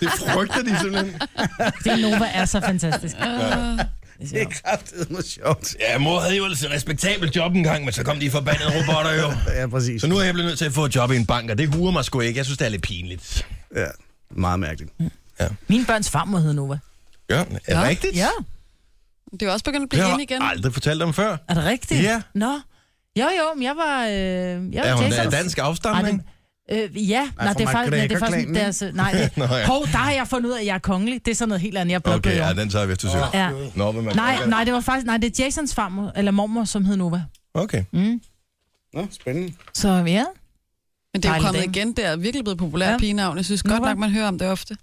Speaker 1: Det frygter de simpelthen.
Speaker 4: Fordi Nova er så fantastisk. Det
Speaker 2: Det
Speaker 4: siger
Speaker 2: er
Speaker 4: jeg.
Speaker 2: kraftedeme sjovt.
Speaker 1: Ja, mor havde jo altså et respektabelt job engang, men så kom de forbandede robotter jo.
Speaker 2: Ja, præcis.
Speaker 1: Så nu er jeg blevet nødt til at få et job i en bank, og det huer mig sgu ikke. Jeg synes, det er lidt pinligt.
Speaker 2: Ja, meget mærkeligt.
Speaker 4: Min børns farmor hed Nova.
Speaker 1: Ja, er det
Speaker 3: Nå,
Speaker 1: rigtigt?
Speaker 4: Ja,
Speaker 3: Det er jo også begyndt at
Speaker 1: Det
Speaker 3: blive
Speaker 1: har
Speaker 3: ind
Speaker 1: jeg
Speaker 3: igen.
Speaker 1: aldrig fortalt om før.
Speaker 4: er det rigtigt?
Speaker 1: Ja.
Speaker 4: Nå. Jo, jo, men jeg var... Øh, jeg var
Speaker 1: Er Altså, hun er
Speaker 4: Jasons.
Speaker 1: dansk
Speaker 4: Ej,
Speaker 1: afstamning?
Speaker 4: det, Øh, ja, nej, nej,
Speaker 2: fra
Speaker 4: det er
Speaker 2: Mark
Speaker 4: faktisk nej, det er faktisk
Speaker 2: Gregerklanen,
Speaker 4: sådan deres... Nej, det,
Speaker 1: Nå, ja.
Speaker 4: Hov, der har jeg fundet ud af, at jeg er kongelig. Det er sådan noget helt andet, jeg er blevet
Speaker 1: Okay,
Speaker 4: okay,
Speaker 1: ja, den tager vi efter syv.
Speaker 4: ja.
Speaker 1: Nå, hvem er
Speaker 4: Nej, nej, det var faktisk... Nej, det er Jasons farmor, eller mormor, som hed Nova.
Speaker 1: Okay.
Speaker 4: Mm.
Speaker 2: Nå, spændende.
Speaker 4: Så ja.
Speaker 3: Men det er jo
Speaker 4: Dejlig
Speaker 3: kommet
Speaker 4: dame.
Speaker 3: igen, det er virkelig blevet populært ja.
Speaker 4: Ja.
Speaker 3: pigenavn. Jeg synes godt
Speaker 4: Nora.
Speaker 3: nok, man hører om det ofte.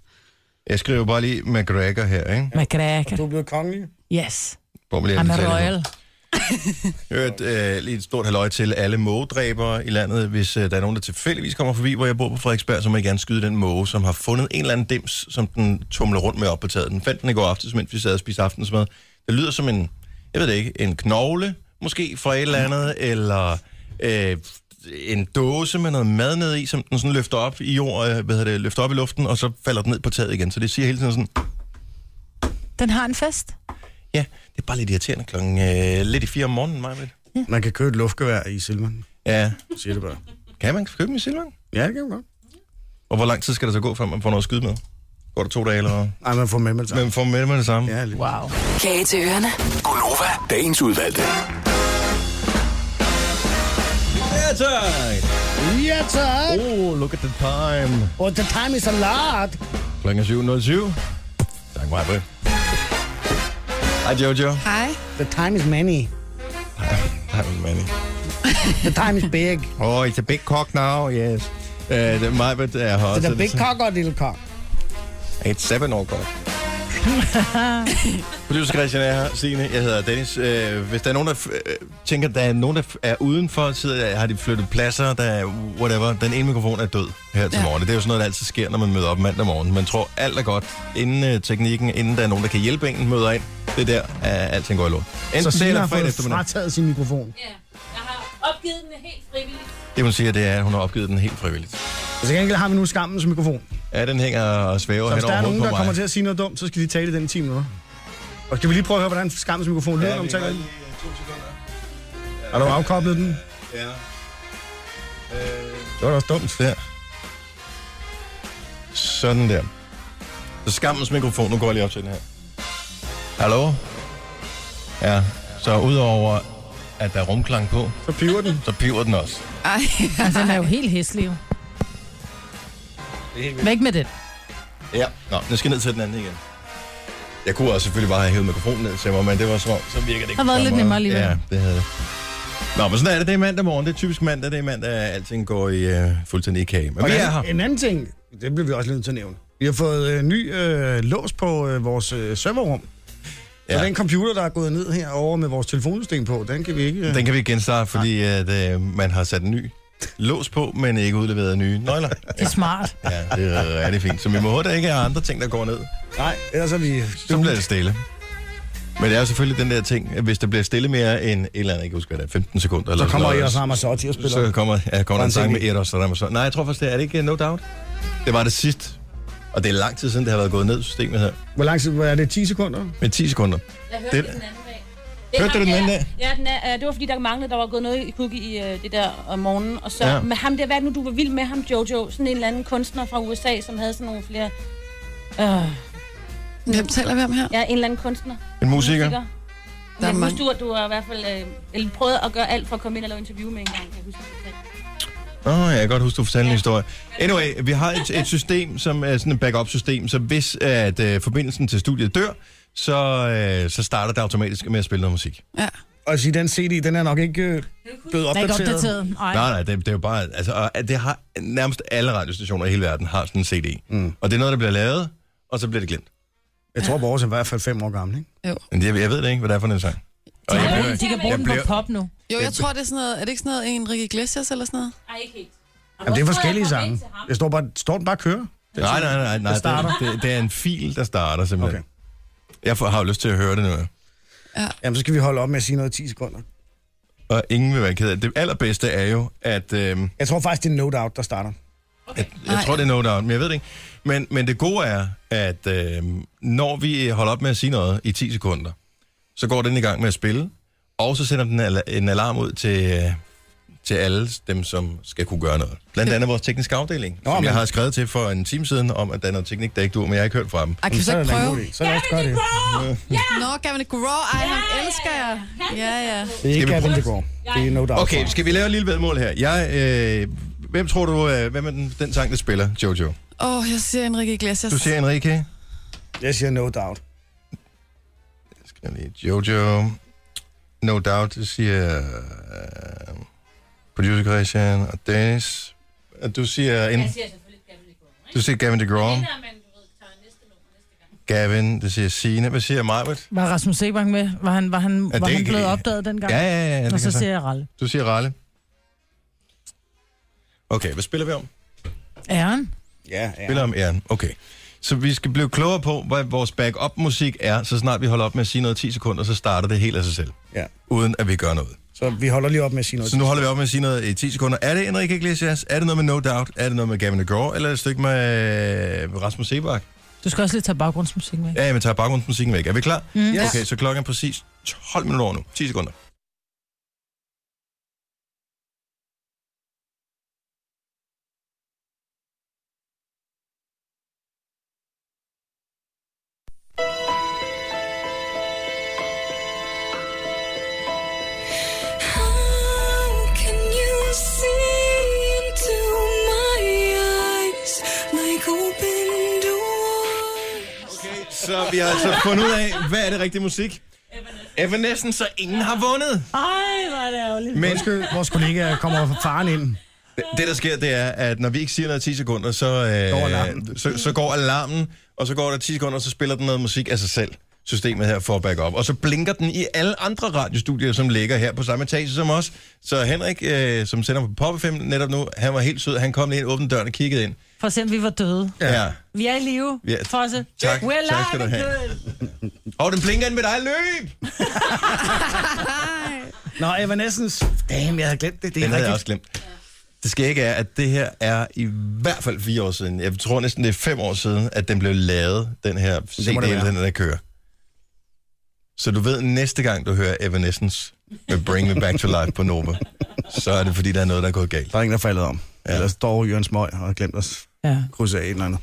Speaker 1: Jeg skriver bare lige McGregor her, ikke?
Speaker 4: McGregor.
Speaker 2: Du er blevet kongelig.
Speaker 4: Yes.
Speaker 1: Hvor bliver
Speaker 4: I'm a
Speaker 1: det talt om?
Speaker 4: royal.
Speaker 1: Hørt øh, lige et stort halløj til alle mågedræbere i landet. Hvis øh, der er nogen, der tilfældigvis kommer forbi, hvor jeg bor på Frederiksberg, så må I gerne skyde den måge, som har fundet en eller anden dims, som den tumler rundt med op på taget. Den fandt den i går aftes, mens vi sad og spiste aftensmad. Det lyder som en, jeg ved det ikke, en knogle, måske fra et eller andet, eller øh, en dåse med noget mad nede i, som den sådan løfter op i jord, øh, hvad hedder det, løfter op i luften, og så falder den ned på taget igen. Så det siger hele tiden sådan,
Speaker 4: Den har en fest.
Speaker 1: ja, det er bare lidt irriterende klokken øh, lidt i fire om morgenen, mig
Speaker 7: Man kan købe et luftgevær i Silvan,
Speaker 1: Ja,
Speaker 7: siger det bare.
Speaker 1: kan man købe dem i Silvan?
Speaker 7: Ja, det kan man godt.
Speaker 1: Og hvor lang tid skal der så gå, før man får noget at skyde med? Går der to dage eller hvad?
Speaker 7: Nej, man får med med det samme.
Speaker 1: Men får man med med det samme?
Speaker 7: Ja, lige.
Speaker 4: Wow.
Speaker 8: Kage til ørerne.
Speaker 9: Gonova, dagens udvalgte.
Speaker 1: Ja, tak!
Speaker 2: Ja, tak.
Speaker 1: Oh, look at the time.
Speaker 2: Oh, the time is a lot.
Speaker 1: Klokken er 7.07. Tak mig, Britt. Hej, Jojo.
Speaker 3: Hej.
Speaker 2: The time is many.
Speaker 1: Hej, Manny.
Speaker 2: The time is big.
Speaker 1: Oh, it's a big cock now, yes. Uh, det er mig, Britt, er her
Speaker 2: So
Speaker 1: også.
Speaker 2: the big cock og little cock.
Speaker 1: It's seven år cock. Producer Christian er her, Signe, jeg hedder Dennis. Øh, hvis der er nogen, der f- øh, tænker, der er nogen, der f- er udenfor, sidder, har de flyttet pladser, der er whatever, den ene mikrofon er død her til
Speaker 3: Ja.
Speaker 1: morgen. Det er jo sådan noget, der altid sker, når man møder op mandag morgen. Man tror, alt er godt, inden øh, teknikken, inden der er nogen, der kan hjælpe en, møder ind. Det er der, at alting går i lort. Enten
Speaker 2: Så
Speaker 1: det
Speaker 2: Signe
Speaker 1: eller
Speaker 2: har
Speaker 1: fredag
Speaker 2: fået
Speaker 1: eftermiddag.
Speaker 2: frataget sin mikrofon.
Speaker 6: Ja. Jeg har opgivet den helt frivilligt.
Speaker 1: Det, hun siger, det er, at hun har opgivet den helt frivilligt.
Speaker 2: Og til gengæld har vi nu skammens mikrofon.
Speaker 1: Ja, den hænger og
Speaker 7: Så
Speaker 1: svæver hen
Speaker 7: hvis der er
Speaker 1: over
Speaker 7: nogen,
Speaker 1: hovedet
Speaker 7: der
Speaker 1: på
Speaker 7: kommer
Speaker 1: mig.
Speaker 7: til at sige noget dumt, så skal de tale i den 10 minutter. Og skal vi lige prøve at høre, hvordan skammens mikrofon lyder,
Speaker 1: Ja,
Speaker 7: om
Speaker 1: vi kan
Speaker 7: taler?
Speaker 1: godt lige, øh, to sekunder.
Speaker 7: Har du afkoblet den?
Speaker 1: Ja. Øh,
Speaker 7: Det var da også dumt.
Speaker 1: Der. Sådan der. Så skammens mikrofon, nu går jeg lige op til den her. Hallo? Ja, så udover at der er rumklang på,
Speaker 7: Så piver den.
Speaker 1: så piver den også.
Speaker 3: Ej.
Speaker 4: Altså, den er jo helt hæslig, jo. Væk med den.
Speaker 1: Ja. Nå, nu skal jeg ned til den anden igen. Jeg kunne også selvfølgelig bare have hævet mikrofonen ned til mig, men det var så, så virker det ikke.
Speaker 4: Har været
Speaker 1: så
Speaker 4: lidt
Speaker 1: meget.
Speaker 4: nemmere alligevel.
Speaker 1: Ja, det havde det. Nå, men sådan er det. Det er mandag morgen. Det er typisk mandag. Det er mandag, at alting går i uh, fuldstændig i kage. Men vi er her.
Speaker 7: En anden ting, det bliver vi også nødt til at nævne. Vi har fået øh, ny øh, lås på øh, vores øh, serverrum. Ja.
Speaker 1: Ja.
Speaker 7: Så den computer, der er gået ned herover med vores telefonsystem på, den kan vi ikke... Øh,
Speaker 1: Den kan vi genstarte, fordi at, øh, man har sat en ny lås på, men ikke udleveret nye nøgler.
Speaker 4: Det er smart.
Speaker 1: Ja, det er rigtig fint. Så vi må håbe, der ikke er andre ting, der går ned.
Speaker 7: Nej, ellers er vi...
Speaker 1: Så bliver det stille. Men det er jo selvfølgelig den der ting, at hvis der bliver stille mere end et eller andet, jeg kan huske, hvad det er, 15 sekunder. Eller
Speaker 7: Så kommer
Speaker 1: sådan
Speaker 7: I
Speaker 1: noget,
Speaker 7: også Ramazotti og spiller.
Speaker 1: Så kommer, ja, kommer der
Speaker 7: Frank
Speaker 1: en sang med
Speaker 7: Sinatra.
Speaker 1: Eros og Ramos. Nej, jeg tror faktisk, det er, er det ikke øh, No Doubt. Det var det sidst. Og det er lang tid siden, det har været gået ned systemet her.
Speaker 7: Hvor lang tid er det? 10 sekunder?
Speaker 1: Med 10 sekunder.
Speaker 6: Jeg hørte
Speaker 1: Det-
Speaker 6: det, den anden dag. Det
Speaker 1: Hørte
Speaker 6: er
Speaker 1: du den
Speaker 6: ham
Speaker 1: anden
Speaker 6: der- Ja, den er, øh, det var fordi, der manglede, der var gået noget i cookie i øh, det der om morgenen. Og så,
Speaker 1: Ja.
Speaker 6: ja. Men ham der, hvad er det nu, du var vild med ham, Jojo? Sådan en eller anden kunstner fra USA, som havde sådan nogle flere... Øh,
Speaker 3: Hvem taler vi om her?
Speaker 6: ja, en eller anden kunstner.
Speaker 1: En musiker.
Speaker 3: Der er
Speaker 6: Men
Speaker 3: mange.
Speaker 6: husk du, at du har i hvert fald øh, eller prøvet at gøre alt for at komme ind og lave interview med en gang. kan Jeg husker det.
Speaker 1: Åh, oh, jeg kan godt huske, du fortalte en historie. Anyway, vi har et, et system, som er sådan et backup-system, så hvis at, øh, forbindelsen til studiet dør, så, øh, så starter det automatisk med at spille noget musik.
Speaker 3: Ja.
Speaker 7: Og sige, den CD, den er nok ikke øh, blevet
Speaker 4: Den er ikke
Speaker 7: opdateret.
Speaker 4: opdateret. Nej.
Speaker 1: Nej, nej, det, det er jo bare... Altså, og det har nærmest alle radiostationer i hele verden har sådan en CD. Mm. Og det er noget, der bliver lavet, og så bliver det glemt.
Speaker 7: Jeg tror, vores er i hvert fald fem år gammel, ikke?
Speaker 1: Men jeg, jeg ved det ikke, hvad det er for en sang. Og
Speaker 4: De
Speaker 1: jeg,
Speaker 4: kan bruge
Speaker 1: behøver-
Speaker 4: den- De kan
Speaker 1: jeg
Speaker 4: bruge den
Speaker 1: bliver-
Speaker 4: på pop nu.
Speaker 3: Jo, jeg tror, det er sådan noget... Er det ikke sådan noget Enrique Iglesias eller sådan noget?
Speaker 6: Ej, ikke helt.
Speaker 7: Jamen, det er forskellige
Speaker 6: Jeg kom
Speaker 7: sange.
Speaker 6: ind til ham.
Speaker 7: Jeg står bare, står den bare og kører.
Speaker 1: Nej, nej, nej, nej.
Speaker 7: Der starter.
Speaker 1: Det, det, det er en fil, der starter simpelthen.
Speaker 7: Okay.
Speaker 1: Okay. Jeg får, har jo lyst til at høre det nu. ja.
Speaker 7: Jamen, så skal vi holde op med at sige noget i 10 sekunder.
Speaker 1: Og ingen vil være ked af det. Det allerbedste er jo, at... Øhm,
Speaker 7: Jeg tror faktisk, det er No Doubt, der starter.
Speaker 1: Jeg, jeg tror, det er no doubt, men jeg ved det ikke. Men, men det gode er, at øh, når vi holder op med at sige noget i 10 sekunder, så går den i gang med at spille, og så sender den al- en alarm ud til, øh, til alle dem, som skal kunne gøre noget. Blandt andet vores tekniske afdeling, Nå, som
Speaker 7: men-
Speaker 1: jeg har skrevet til for en time siden, om at der er noget teknik, der ikke dur, men jeg har ikke hørt fra dem.
Speaker 3: Ej, kan vi så
Speaker 7: er
Speaker 3: ikke
Speaker 7: det da en
Speaker 3: prøve?
Speaker 7: god idé. Så lad os gøre det.
Speaker 3: Nå, Gavin Raw, ej, ham elsker jeg. Ja, ja.
Speaker 7: Det er ikke
Speaker 1: Skal vi
Speaker 7: Gavin, det går. Det er No Doubt.
Speaker 1: Okay, skal vi lave et lille vedmål her? Jeg øh, Hvem tror du, øh, hvem er den, den sang, der spiller, Jojo?
Speaker 3: Åh, oh, jeg siger Enrique Iglesias.
Speaker 1: Du siger Enrique.
Speaker 2: Jeg siger no doubt.
Speaker 1: Skriv lige Jojo. No doubt, du siger øh, producer Christian og Dennis. Og Du siger, en,
Speaker 6: Jeg siger selvfølgelig Gavin i går.
Speaker 1: du siger Gavin DeGraw.
Speaker 6: Det der, man du ved, tager næste nummer næste gang.
Speaker 1: Gavin, det siger Sine. Hvad siger Majbert?
Speaker 4: Var Rasmus Sebang med? Var han, var han,
Speaker 1: Ja,
Speaker 4: var
Speaker 1: det
Speaker 4: han
Speaker 1: kan-
Speaker 4: blevet opdaget dengang?
Speaker 1: Ja, ja, ja. ja det
Speaker 4: Og
Speaker 1: kan
Speaker 4: så siger jeg Ralle.
Speaker 1: Du siger Ralle. Okay, hvad spiller vi om?
Speaker 4: Æren?
Speaker 2: Ja, ja.
Speaker 1: Spiller om æren. Okay. Så vi skal blive klogere på, hvad vores backup-musik er, så snart vi holder op med at sige noget i 10 sekunder, så starter det helt af sig selv,
Speaker 2: ja.
Speaker 1: uden at vi gør noget.
Speaker 2: Så vi holder lige op med at sige noget.
Speaker 1: Så nu holder vi op med at sige noget i 10 sekunder. Er det Enrique Iglesias? Er det noget med No Doubt? Er det noget med Gavin DeGraw? Eller er det et stykke med øh, Rasmus Sebak?
Speaker 4: Du skal også lige tage baggrundsmusik med.
Speaker 1: Ja, men tager baggrundsmusikken væk. Er vi klar? Mm.
Speaker 2: Yes.
Speaker 1: Okay, så klokken er præcis 12 minutter over nu. 10 sekunder.
Speaker 11: How can you see into my eyes like open doors?
Speaker 1: Okay, så vi har altså fundet ud af, hvad er det rigtige musik? Evanescence, så ingen har vundet.
Speaker 4: Ej, hvor er det ærgerligt.
Speaker 1: Men
Speaker 2: Undskyld, vores kollega kommer fra faren ind.
Speaker 1: det, der sker, det er, at når vi ikke siger noget i 10 sekunder, så,
Speaker 2: Går
Speaker 1: øh,
Speaker 2: alarmen.
Speaker 1: så, så går alarmen, og så går der 10 sekunder, og så spiller den noget musik af sig selv, systemet her for at back up. Og så blinker den i alle andre radiostudier, som ligger her på samme etage som os. Så Henrik, øh, som sender på Pop 5 netop nu, han var helt sød. Han kom lige ind, åbnede døren og kiggede ind.
Speaker 4: For at se, om vi var døde.
Speaker 1: Ja. ja.
Speaker 4: Vi er i live.
Speaker 1: Ja,
Speaker 4: Fosse.
Speaker 1: tak. Tak
Speaker 4: We're live
Speaker 1: skal du
Speaker 4: and
Speaker 1: have.
Speaker 4: good.
Speaker 1: Og den blinker ind med dig. Løb!
Speaker 2: Nå, Evanescence. Damn, jeg havde glemt det. Det er
Speaker 1: Den havde jeg
Speaker 2: rigtigt.
Speaker 1: også glemt. Det skal ikke er, at det her er i hvert fald fire år siden. Jeg tror næsten, det er fem år siden, at den blev lavet, den her CD,
Speaker 2: må det være.
Speaker 1: den der kører. Så du ved, næste gang du hører Evanescence med Bring Me Back to Life på Nova, så er det, fordi der er noget, der er gået galt.
Speaker 2: Der er ingen, der er faldet om. Ja. Ellers står Jørgen Smøg og har glemt at
Speaker 4: Ja.
Speaker 2: krydse af et eller andet.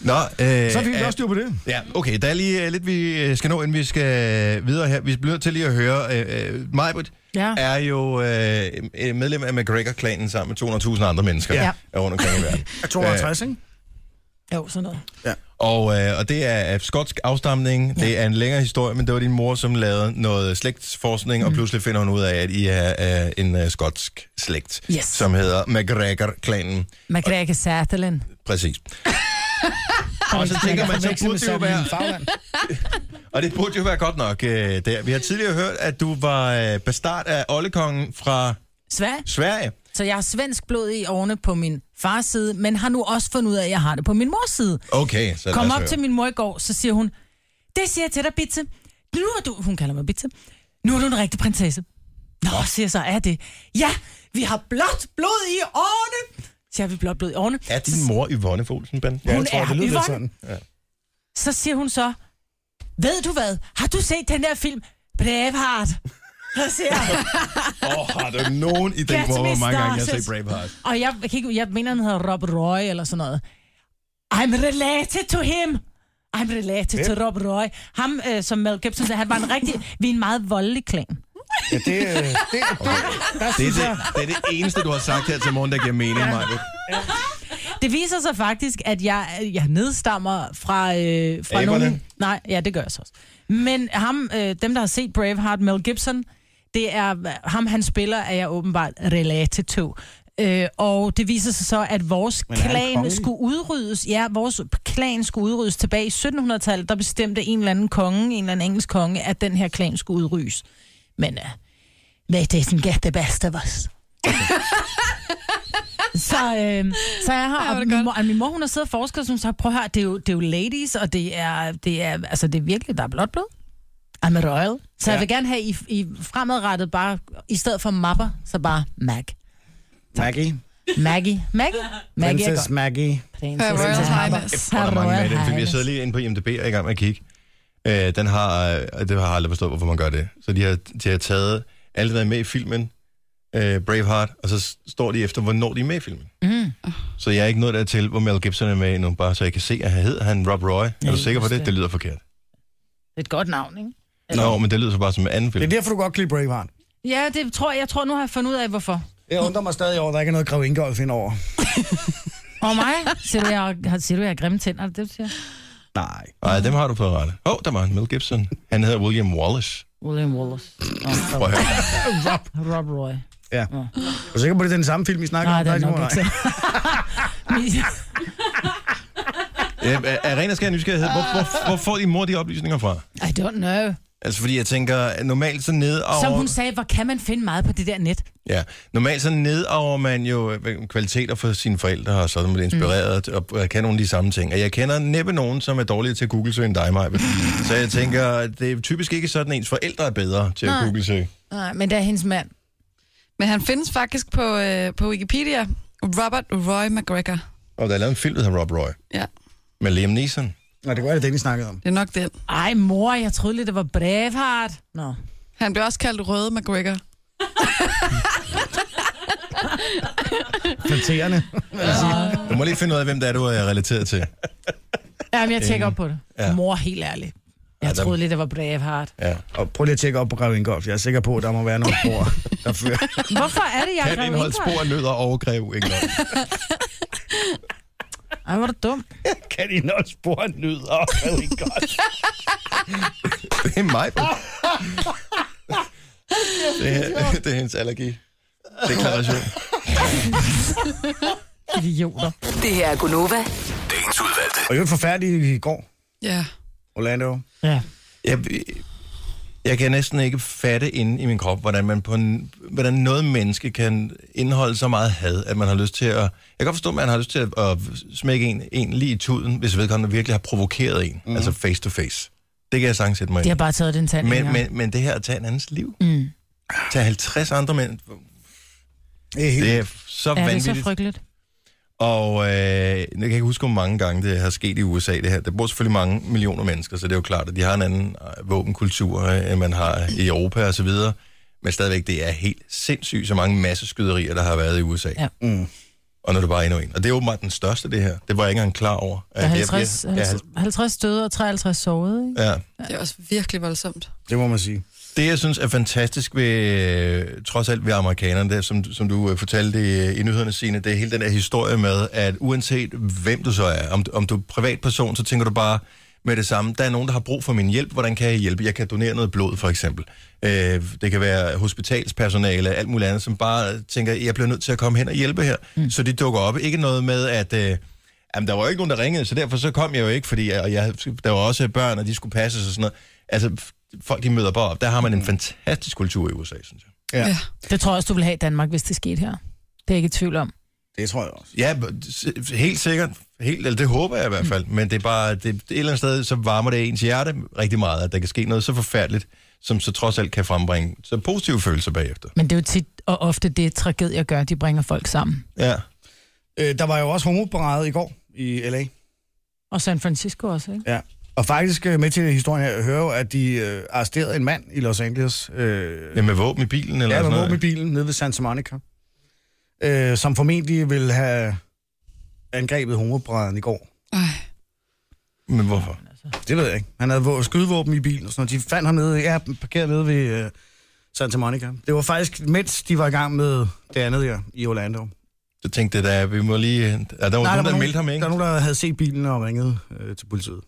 Speaker 1: Nå, øh,
Speaker 2: Så fik vi
Speaker 1: er-
Speaker 2: også styr på det.
Speaker 1: Ja, okay. Der er lige øh, lidt, vi øh, skal nå, inden vi skal øh, videre her. Vi bliver til lige at høre. Øh, øh, Majbrit
Speaker 4: Ja.
Speaker 1: er jo øh, øh, medlem af McGregor-klanen sammen med 200.000 andre mennesker ja.
Speaker 4: Ja.
Speaker 1: rundt omkring i verden.
Speaker 2: Er 52, ikke?
Speaker 4: Jo, sådan noget.
Speaker 1: Og, øh, og det er af skotsk afstamning. Ja. Det er en længere historie, men det var din mor, som lavede noget slægtsforskning, mm. og pludselig finder hun ud af, at I er øh, en øh, skotsk slægt,
Speaker 4: Yes.
Speaker 1: som hedder McGregor-klanen.
Speaker 4: McGregor Sutherland.
Speaker 1: Præcis. og så tænker man, så burde det jo være... Og det burde jo være godt nok øh, der. Vi har tidligere hørt, at du var øh, bastard af oldekongen fra
Speaker 4: Sverige.
Speaker 1: Sverige.
Speaker 4: Så jeg har svensk blod i årene på min fars side, men har nu også fundet ud af, at jeg har det på min mors side.
Speaker 1: Okay, så
Speaker 4: Kom
Speaker 1: lad os
Speaker 4: op
Speaker 1: høre.
Speaker 4: til min mor i går, så siger hun, det siger jeg til dig, Bitse. Nu er du, hun kalder mig Bitse, nu er du en rigtig prinsesse. Nå, siger jeg så, er det. Ja, vi har blåt blod i årene. Så har vi blåt blod i årene.
Speaker 1: Er din mor Yvonne Folsenband? Ja.
Speaker 2: Ja, jeg
Speaker 4: Hun
Speaker 2: tror,
Speaker 4: er
Speaker 2: det lyder lidt
Speaker 4: Yvonne.
Speaker 2: sådan.
Speaker 4: Så siger hun så, ved du hvad, har du set den der film Braveheart? Så siger jeg,
Speaker 1: Oh, har du nogen idé
Speaker 4: Get
Speaker 1: på, hvor
Speaker 4: me
Speaker 1: mange gange jeg har set
Speaker 4: started.
Speaker 1: Braveheart?
Speaker 4: og jeg, jeg, kan ikke, jeg mener, han hedder Rob Roy eller sådan noget. I'm related to him. I'm related to Rob Roy. Ham, øh, som Mel Gibson sagde, han var en rigtig... Vi er en meget voldelig klan.
Speaker 2: Ja, det, øh, det, det, der
Speaker 1: Det er
Speaker 2: synes
Speaker 1: det,
Speaker 2: jeg...
Speaker 1: det er det eneste, du har sagt her til morgen, der giver mening, ja.
Speaker 4: Det viser sig faktisk, at jeg, jeg nedstammer fra, øh, fra
Speaker 1: Aberne?
Speaker 4: nogen... Nej, ja, det gør jeg så også. Men ham, øh, dem, der har set Braveheart, Mel Gibson, det er øh, ham, han spiller, er jeg åbenbart related to. Øh, og det viser sig så, at vores
Speaker 2: Men er han
Speaker 4: klan
Speaker 2: kongelig?
Speaker 4: skulle udryddes. Ja, vores klan skulle udryddes tilbage i 1700-tallet. Der bestemte en eller anden konge, en eller anden engelsk konge, at den her klan skulle udryddes. Men øh, they didn't get the best of us. så, øh, så jeg har, og min, mor, og min mor, hun har siddet og forsket, og hun sagde, prøv at høre, det er jo, det er jo ladies, og det er, det er, altså, det er virkelig, der er blot blod. I'm a royal. Så ja. jeg vil gerne have, I, I fremadrettet bare, i stedet for mapper, så bare Mag.
Speaker 2: Maggie.
Speaker 4: Maggie. Maggie? Maggie er
Speaker 2: Princess
Speaker 4: godt.
Speaker 2: Maggie.
Speaker 4: Prinsesse.
Speaker 3: Her Royal Highness.
Speaker 1: Og der er mange med i den film. Jeg
Speaker 4: Highness.
Speaker 1: sidder lige inde på IMDb og er i gang med at kigge. Øh, den har, øh, det har jeg aldrig forstået, hvorfor man gør det. Så de har, de har taget alle, der er med i filmen, øh, Braveheart, og så s- står de efter, hvornår de er med i filmen. Mm. Så jeg er ikke nået dertil, hvor Mel Gibson er med endnu, bare så jeg kan se, at han hedder han Rob Roy. Ja, er du
Speaker 4: Ja,
Speaker 1: sikker på
Speaker 4: just
Speaker 1: det?
Speaker 4: det.
Speaker 1: Det lyder forkert.
Speaker 4: Det er et godt navn, ikke?
Speaker 1: Nå, men det lyder så bare som en anden
Speaker 2: Det
Speaker 1: film.
Speaker 2: er derfor, du godt kan lide Braveheart.
Speaker 4: Ja, det tror jeg. Jeg tror, nu har jeg fundet ud af, hvorfor.
Speaker 2: Jeg undrer mig stadig over, at der ikke er noget Grev Ingolf ind over.
Speaker 4: Og mig? Siger du, jeg, har- siger du, jeg har grimme tænder? Er det det, du siger?
Speaker 1: Nej. Nej, dem har du på rette. Åh, oh, der var en Mel Gibson. Han hedder William Wallace.
Speaker 4: William Wallace.
Speaker 1: Prøv at høre.
Speaker 4: Rob. Rob Roy.
Speaker 2: Ja. Er du sikker på, det er den samme film, I snakker
Speaker 4: Nej,
Speaker 2: om?
Speaker 4: det er
Speaker 2: Nej,
Speaker 4: nok
Speaker 2: må-
Speaker 4: ikke
Speaker 2: nej.
Speaker 4: til.
Speaker 1: Æm, er Øh, ren og skær nysgerrighed. Hvor, hvor, hvor får din mor de oplysninger fra?
Speaker 4: I don't know.
Speaker 1: Altså, fordi jeg tænker, normalt så
Speaker 4: Som
Speaker 1: nedover...
Speaker 4: hun sagde, hvor kan man finde meget på det der net?
Speaker 1: Ja, normalt så nedarver man jo øh, kvaliteter for sine forældre, og så er man inspireret mm. og øh, kan nogle af de samme ting. Og jeg kender næppe nogen, som er dårligere til at google end dig, Maja. Så jeg tænker, det er typisk ikke sådan, ens forældre er bedre til at
Speaker 4: Nej.
Speaker 1: google
Speaker 4: Nej, men det er hendes mand.
Speaker 3: Men han findes faktisk på, øh, på Wikipedia. Robert Roy McGregor.
Speaker 1: Og der er lavet en film, der hedder Rob Roy,
Speaker 3: Ja,
Speaker 1: med Liam Neeson.
Speaker 2: Nej, det var det, den, I snakkede om.
Speaker 3: det er nok den.
Speaker 4: Ej, mor, jeg troede lidt, det var Braveheart. Nå.
Speaker 3: Han blev også kaldt Røde McGregor.
Speaker 2: Kvartererne.
Speaker 1: Du må lige finde ud af, hvem det er, du er relateret til.
Speaker 4: Jamen, jeg tjekker op på det.
Speaker 1: Ja.
Speaker 4: Ja. Mor, helt ærligt. Jeg
Speaker 1: der-
Speaker 4: troede lidt, det var Braveheart.
Speaker 1: Ja.
Speaker 2: Og prøv lige at tjekke op på Grev Ingolf. Jeg er sikker på, at der må være nogle spor, der fører.
Speaker 4: Hvorfor er det, jeg
Speaker 1: Kan
Speaker 4: er
Speaker 1: indeholde spor, af nød og overgreb, ikke nok?
Speaker 4: Ej, hvor er du dum.
Speaker 2: Kan I nå spor nyder og Grev Ingolf?
Speaker 1: Det er mig. Det er, det er hendes allergi. Deklaration.
Speaker 4: Idioter.
Speaker 8: Det her er Gunova.
Speaker 9: Dagens udvalgte.
Speaker 2: Og jo forfærdeligt i går,
Speaker 3: Ja.
Speaker 2: Orlando.
Speaker 4: Ja.
Speaker 1: Jeg, jeg kan næsten ikke fatte inde i min krop, hvordan, man på en, hvordan noget menneske kan indeholde så meget had, at man har lyst til at... Jeg kan godt forstå, at man har lyst til at, at smække en, en lige i tuden, hvis vedkommende virkelig har provokeret en. Mm. Altså face to face. Det kan jeg sagtens sætte mig
Speaker 4: De
Speaker 1: ind.
Speaker 4: har bare taget den tand.
Speaker 1: Men,
Speaker 4: engang.
Speaker 1: men, men det her at tage en andens liv. Mm. Tage 50 andre mænd.
Speaker 2: Det er helt...
Speaker 1: Det er så
Speaker 4: Ja, det er
Speaker 1: vanvittigt.
Speaker 4: så frygteligt.
Speaker 1: Og øh, jeg kan ikke huske, hvor mange gange det har sket i USA, det her. Der bor selvfølgelig mange millioner mennesker, så det er jo klart, at de har en anden øh, våbenkultur, øh, end man har i Europa og så videre. Men stadigvæk, det er helt sindssygt, så mange masseskyderier, der har været i USA.
Speaker 4: Ja.
Speaker 1: Mm. Og nu er det bare endnu en. Og det er åbenbart den største, det her. Det var jeg ikke engang klar over.
Speaker 4: Der er
Speaker 1: Øh,
Speaker 4: 50,
Speaker 1: jeg, jeg,
Speaker 4: 50, 50 døde og 53 sårede, ikke?
Speaker 1: jeg, ja.
Speaker 3: Det er også virkelig voldsomt.
Speaker 2: Det må man sige.
Speaker 1: Det, jeg synes er fantastisk ved, øh, trods alt ved amerikanerne, det, er, som, som du øh, fortalte i, i nyhederne, Signe, det er hele den her historie med, at uanset hvem du så er, om, om du er privatperson, så tænker du bare med det samme, der er nogen, der har brug for min hjælp, hvordan kan jeg hjælpe? Jeg kan donere noget blod, for eksempel. Øh, det kan være hospitalspersonale, alt muligt andet, som bare tænker, jeg bliver nødt til at komme hen og hjælpe her. Mm. Så de dukker op. Ikke noget med, at... Øh, Jamen, der var jo ikke nogen, der ringede, så derfor så kom jeg jo ikke, fordi jeg, og jeg, der var også børn, og de skulle passes og sådan noget. Altså, f- folk de møder bare op. Der har man en fantastisk kultur i USA, synes jeg.
Speaker 2: Ja.
Speaker 3: Ja.
Speaker 4: Det tror jeg også, du vil have i Danmark, hvis det skete her. Det er jeg ikke i tvivl om.
Speaker 2: Det tror jeg også.
Speaker 1: Ja, b- s- helt sikkert. Helt, eller det håber jeg i hvert fald. Men det er bare, det, det- et eller andet sted, så varmer det ens hjerte rigtig meget, at der kan ske noget så forfærdeligt, som så trods alt kan frembringe så positive følelser bagefter.
Speaker 4: Men det er jo tit og ofte det, tragedier gør, de bringer folk sammen.
Speaker 1: Ja.
Speaker 2: Øh, der var jo også homoparade i går i L.A.
Speaker 4: Og San Francisco også, ikke?
Speaker 2: Ja. Og faktisk øh, med til historien her, jeg hører jo, at de øh, arresterede en mand i Los Angeles. Øh,
Speaker 1: ja. Med våben i bilen, eller
Speaker 2: ja,
Speaker 1: sådan
Speaker 2: der
Speaker 1: noget.
Speaker 2: med bilen nede ved Santa Monica. Øh, som formentlig ville have angrebet homobrædderen i går.
Speaker 3: Ej.
Speaker 1: Men hvorfor?
Speaker 2: Det ved jeg ikke. Han havde vå- skydevåben i bilen og sådan noget. De fandt ham nede, ja, parkeret nede ved øh, Santa Monica. Det var faktisk, mens de var i gang med det andet her i Orlando.
Speaker 1: Så tænkte jeg da, vi må lige... Ja, der var Nej, nogen, der, der meldte ham, ikke?
Speaker 2: Der var nogen, der havde set bilen og ringet øh, til politiet.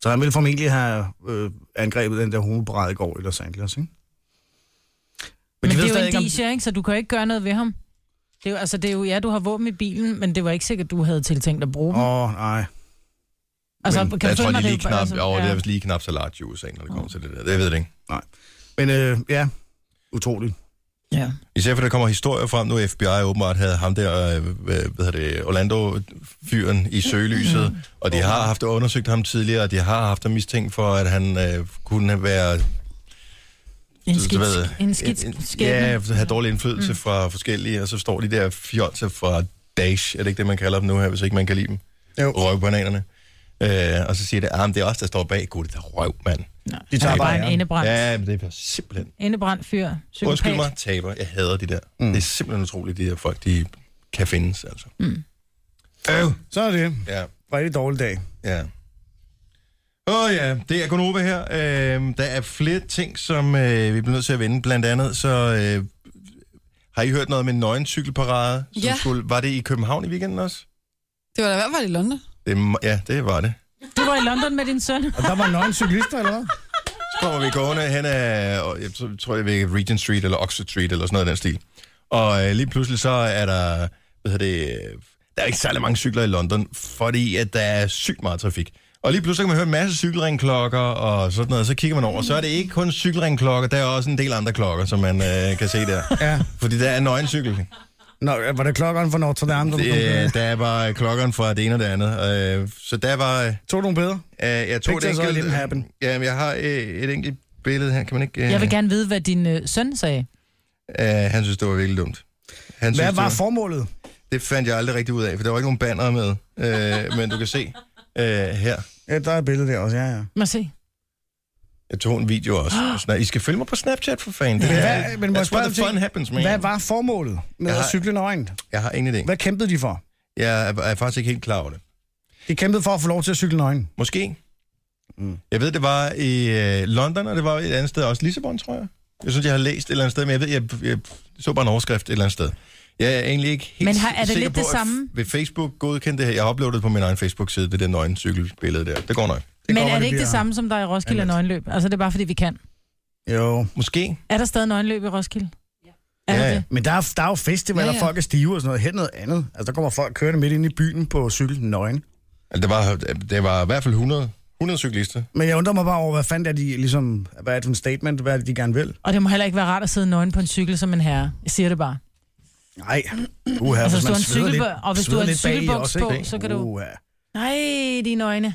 Speaker 2: Så han ville formentlig have øh, angrebet den der homoparade i går i Los Angeles, ikke?
Speaker 4: Men, men
Speaker 2: de
Speaker 4: det
Speaker 2: ved
Speaker 4: er jo
Speaker 2: stadig
Speaker 4: en
Speaker 2: ikke, om-
Speaker 4: DJ, ikke? Så du kan jo ikke gøre noget ved ham. Det er jo, altså, det er jo, ja, du har våben i bilen, men det var ikke sikkert, du havde tiltænkt at bruge dem.
Speaker 2: Åh, oh, nej.
Speaker 4: altså,
Speaker 2: men
Speaker 1: jeg tror,
Speaker 4: følge
Speaker 1: de
Speaker 4: mig, det
Speaker 1: lige
Speaker 4: er jo
Speaker 1: knap,
Speaker 4: bare-
Speaker 1: altså, over, det
Speaker 4: ja.
Speaker 1: er vist lige knap så large i USA, når det kommer til det der. Det ved jeg ikke.
Speaker 2: Men øh, ja, utroligt.
Speaker 4: Ja.
Speaker 1: Især for der kommer historier frem nu, FBI åbenbart havde ham der, øh, hvad hvad hedder det, Orlando-fyren i søgelyset, mm. og de har haft undersøgt ham tidligere, og de har haft ham mistænkt for, at han øh, kunne have været...
Speaker 4: En
Speaker 1: du- du
Speaker 4: skidt,
Speaker 1: ved,
Speaker 4: en skidt
Speaker 1: Ja,
Speaker 4: skæbne.
Speaker 1: have dårlig indflydelse mm. fra forskellige, og så står de der fjolser fra Daesh, er det ikke det, man kalder dem nu her, hvis ikke man kan lide dem?
Speaker 2: Jo.
Speaker 1: Røvbananerne. Øh, og så siger det, ah, men det er os, der står bag, gud, det er røv, mand.
Speaker 4: Nej,
Speaker 2: De tager
Speaker 4: han er
Speaker 2: bare
Speaker 4: bare en
Speaker 2: æren.
Speaker 4: indebrændt. Ja.
Speaker 1: Ja, men det er simpelthen
Speaker 4: Indebrændt fyr. Psykopat.
Speaker 1: Undskyld mig, taber. Jeg hader de der. Mm. Det er simpelthen utroligt, de der folk, de kan findes, altså. Mm. Øv.
Speaker 2: Så er det.
Speaker 1: Ja,
Speaker 2: Rigtig dårlig dag.
Speaker 1: ja. Åh oh, ja, det er Gunova her. Øh, der er flere ting, som øh, vi bliver nødt til at vende. Blandt andet, så øh, har I hørt noget med nøgencykelparade? Som
Speaker 3: Ja.
Speaker 1: Skulle, var det i København i weekenden også?
Speaker 3: Det var da i hvert fald i London.
Speaker 1: Det, må- ja, det var det.
Speaker 4: Du var i London med din søn.
Speaker 2: Og der var nøgen cyklister, eller hvad?
Speaker 1: Så kommer vi gående hen ad, og jeg tror- tror, det er ved Regent Street eller Oxford Street eller sådan noget i den stil. Og øh, lige pludselig så er der, hvad hedder det, øh, der er ikke særlig mange cykler i London, fordi at der er sygt meget trafik. Og lige pludselig så kan man høre en masse cykelringklokker og sådan noget, så kigger man over. Så er det ikke kun cykelringklokker, der er også en del andre klokker, som man øh, kan se der.
Speaker 2: Ja.
Speaker 1: Fordi der er nøgencykel.
Speaker 2: Nå, øh, var det klokkeren fra Notre Dame? der var kommet med?
Speaker 1: Det, øh, der var klokkeren fra det ene og det andet. Øh, så der var... Øh,
Speaker 2: Tog du nogle bedre?
Speaker 1: jeg tog et
Speaker 2: Pictures all didn't happen.
Speaker 1: enkelt... Ja, jeg har øh, et enkelt billede her. Kan man ikke... øh,
Speaker 4: Jeg vil gerne vide, hvad din øh, søn sagde.
Speaker 1: Uh, han synes, det var virkelig dumt. Han
Speaker 2: Hvad
Speaker 1: synes,
Speaker 2: var
Speaker 1: det,
Speaker 2: formålet?
Speaker 1: det fandt jeg aldrig rigtig ud af, for der var ikke nogen banner med. Uh, men du kan se uh, her.
Speaker 2: Ja, der er et billede der også, ja, ja.
Speaker 4: Må se.
Speaker 1: Jeg tog en video også. Sna- I skal følge mig på Snapchat for fanden. Det
Speaker 2: Men
Speaker 1: er,
Speaker 2: hvad- men må jeg
Speaker 1: that's
Speaker 2: spørge
Speaker 1: where
Speaker 2: om
Speaker 1: the
Speaker 2: ting?
Speaker 1: fun happens, man.
Speaker 2: Hvad var formålet med
Speaker 1: Jeg
Speaker 2: at
Speaker 1: har-
Speaker 2: cykle nøgent?
Speaker 1: Jeg har ingen idé.
Speaker 2: Hvad kæmpede de for?
Speaker 1: Jeg er, er faktisk ikke helt klar over det.
Speaker 2: De kæmpede for at få lov til at cykle nøgen.
Speaker 1: Måske. Mm. Jeg ved, det var i øh, London, og det var et andet sted også. Lissabon, tror jeg. Jeg synes, jeg har læst et eller andet sted, men jeg ved, jeg, jeg så bare en overskrift et eller andet sted. Jeg er egentlig ikke helt
Speaker 4: Men har- er det
Speaker 1: sikker
Speaker 4: lidt
Speaker 1: på,
Speaker 4: det
Speaker 1: at
Speaker 4: samme?
Speaker 1: f- Vil Facebook godkende det her? Jeg har uploadet på min egen Facebook-side, det der nøgen cykelbillede der. Det går nok.
Speaker 4: Men
Speaker 2: kommer,
Speaker 4: er det
Speaker 2: det
Speaker 4: ikke det
Speaker 2: bliver-
Speaker 4: samme, som der er i Roskilde
Speaker 2: Anmeldt.
Speaker 4: nøgenløb? Altså, det er bare, fordi vi kan.
Speaker 2: Jo.
Speaker 1: Måske.
Speaker 4: Er der stadig nøgenløb i Roskilde? Er
Speaker 1: Ja,
Speaker 4: der
Speaker 1: ja.
Speaker 4: det?
Speaker 2: Men der er, der er jo festivaler,
Speaker 3: Ja,
Speaker 2: ja,
Speaker 3: ja.
Speaker 2: ja. folk er stive og sådan noget. Helt noget andet. Altså, der kommer folk kørende midt inde i byen på cykel nøgen.
Speaker 1: Altså, det var, det var i hvert fald 100, 100 cyklister.
Speaker 2: Men jeg undrer mig bare over, hvad fanden er de ligesom... Hvad er det for en statement? Hvad er det, de gerne vil?
Speaker 4: Og det må heller ikke være rart at sidde nøgen på en cykel som en herre. Jeg siger det bare.
Speaker 2: Nej. Uha,
Speaker 4: Altså,
Speaker 2: altså,
Speaker 4: hvis
Speaker 2: hvis
Speaker 4: du har en
Speaker 2: man sveder lidt,
Speaker 4: cykelbu- og hvis du
Speaker 2: sveder
Speaker 4: har en
Speaker 2: lidt bagi
Speaker 4: cykelbuks
Speaker 2: også, ikke?
Speaker 4: på, så kan du-
Speaker 2: Uha.
Speaker 4: Nej, dine øjne.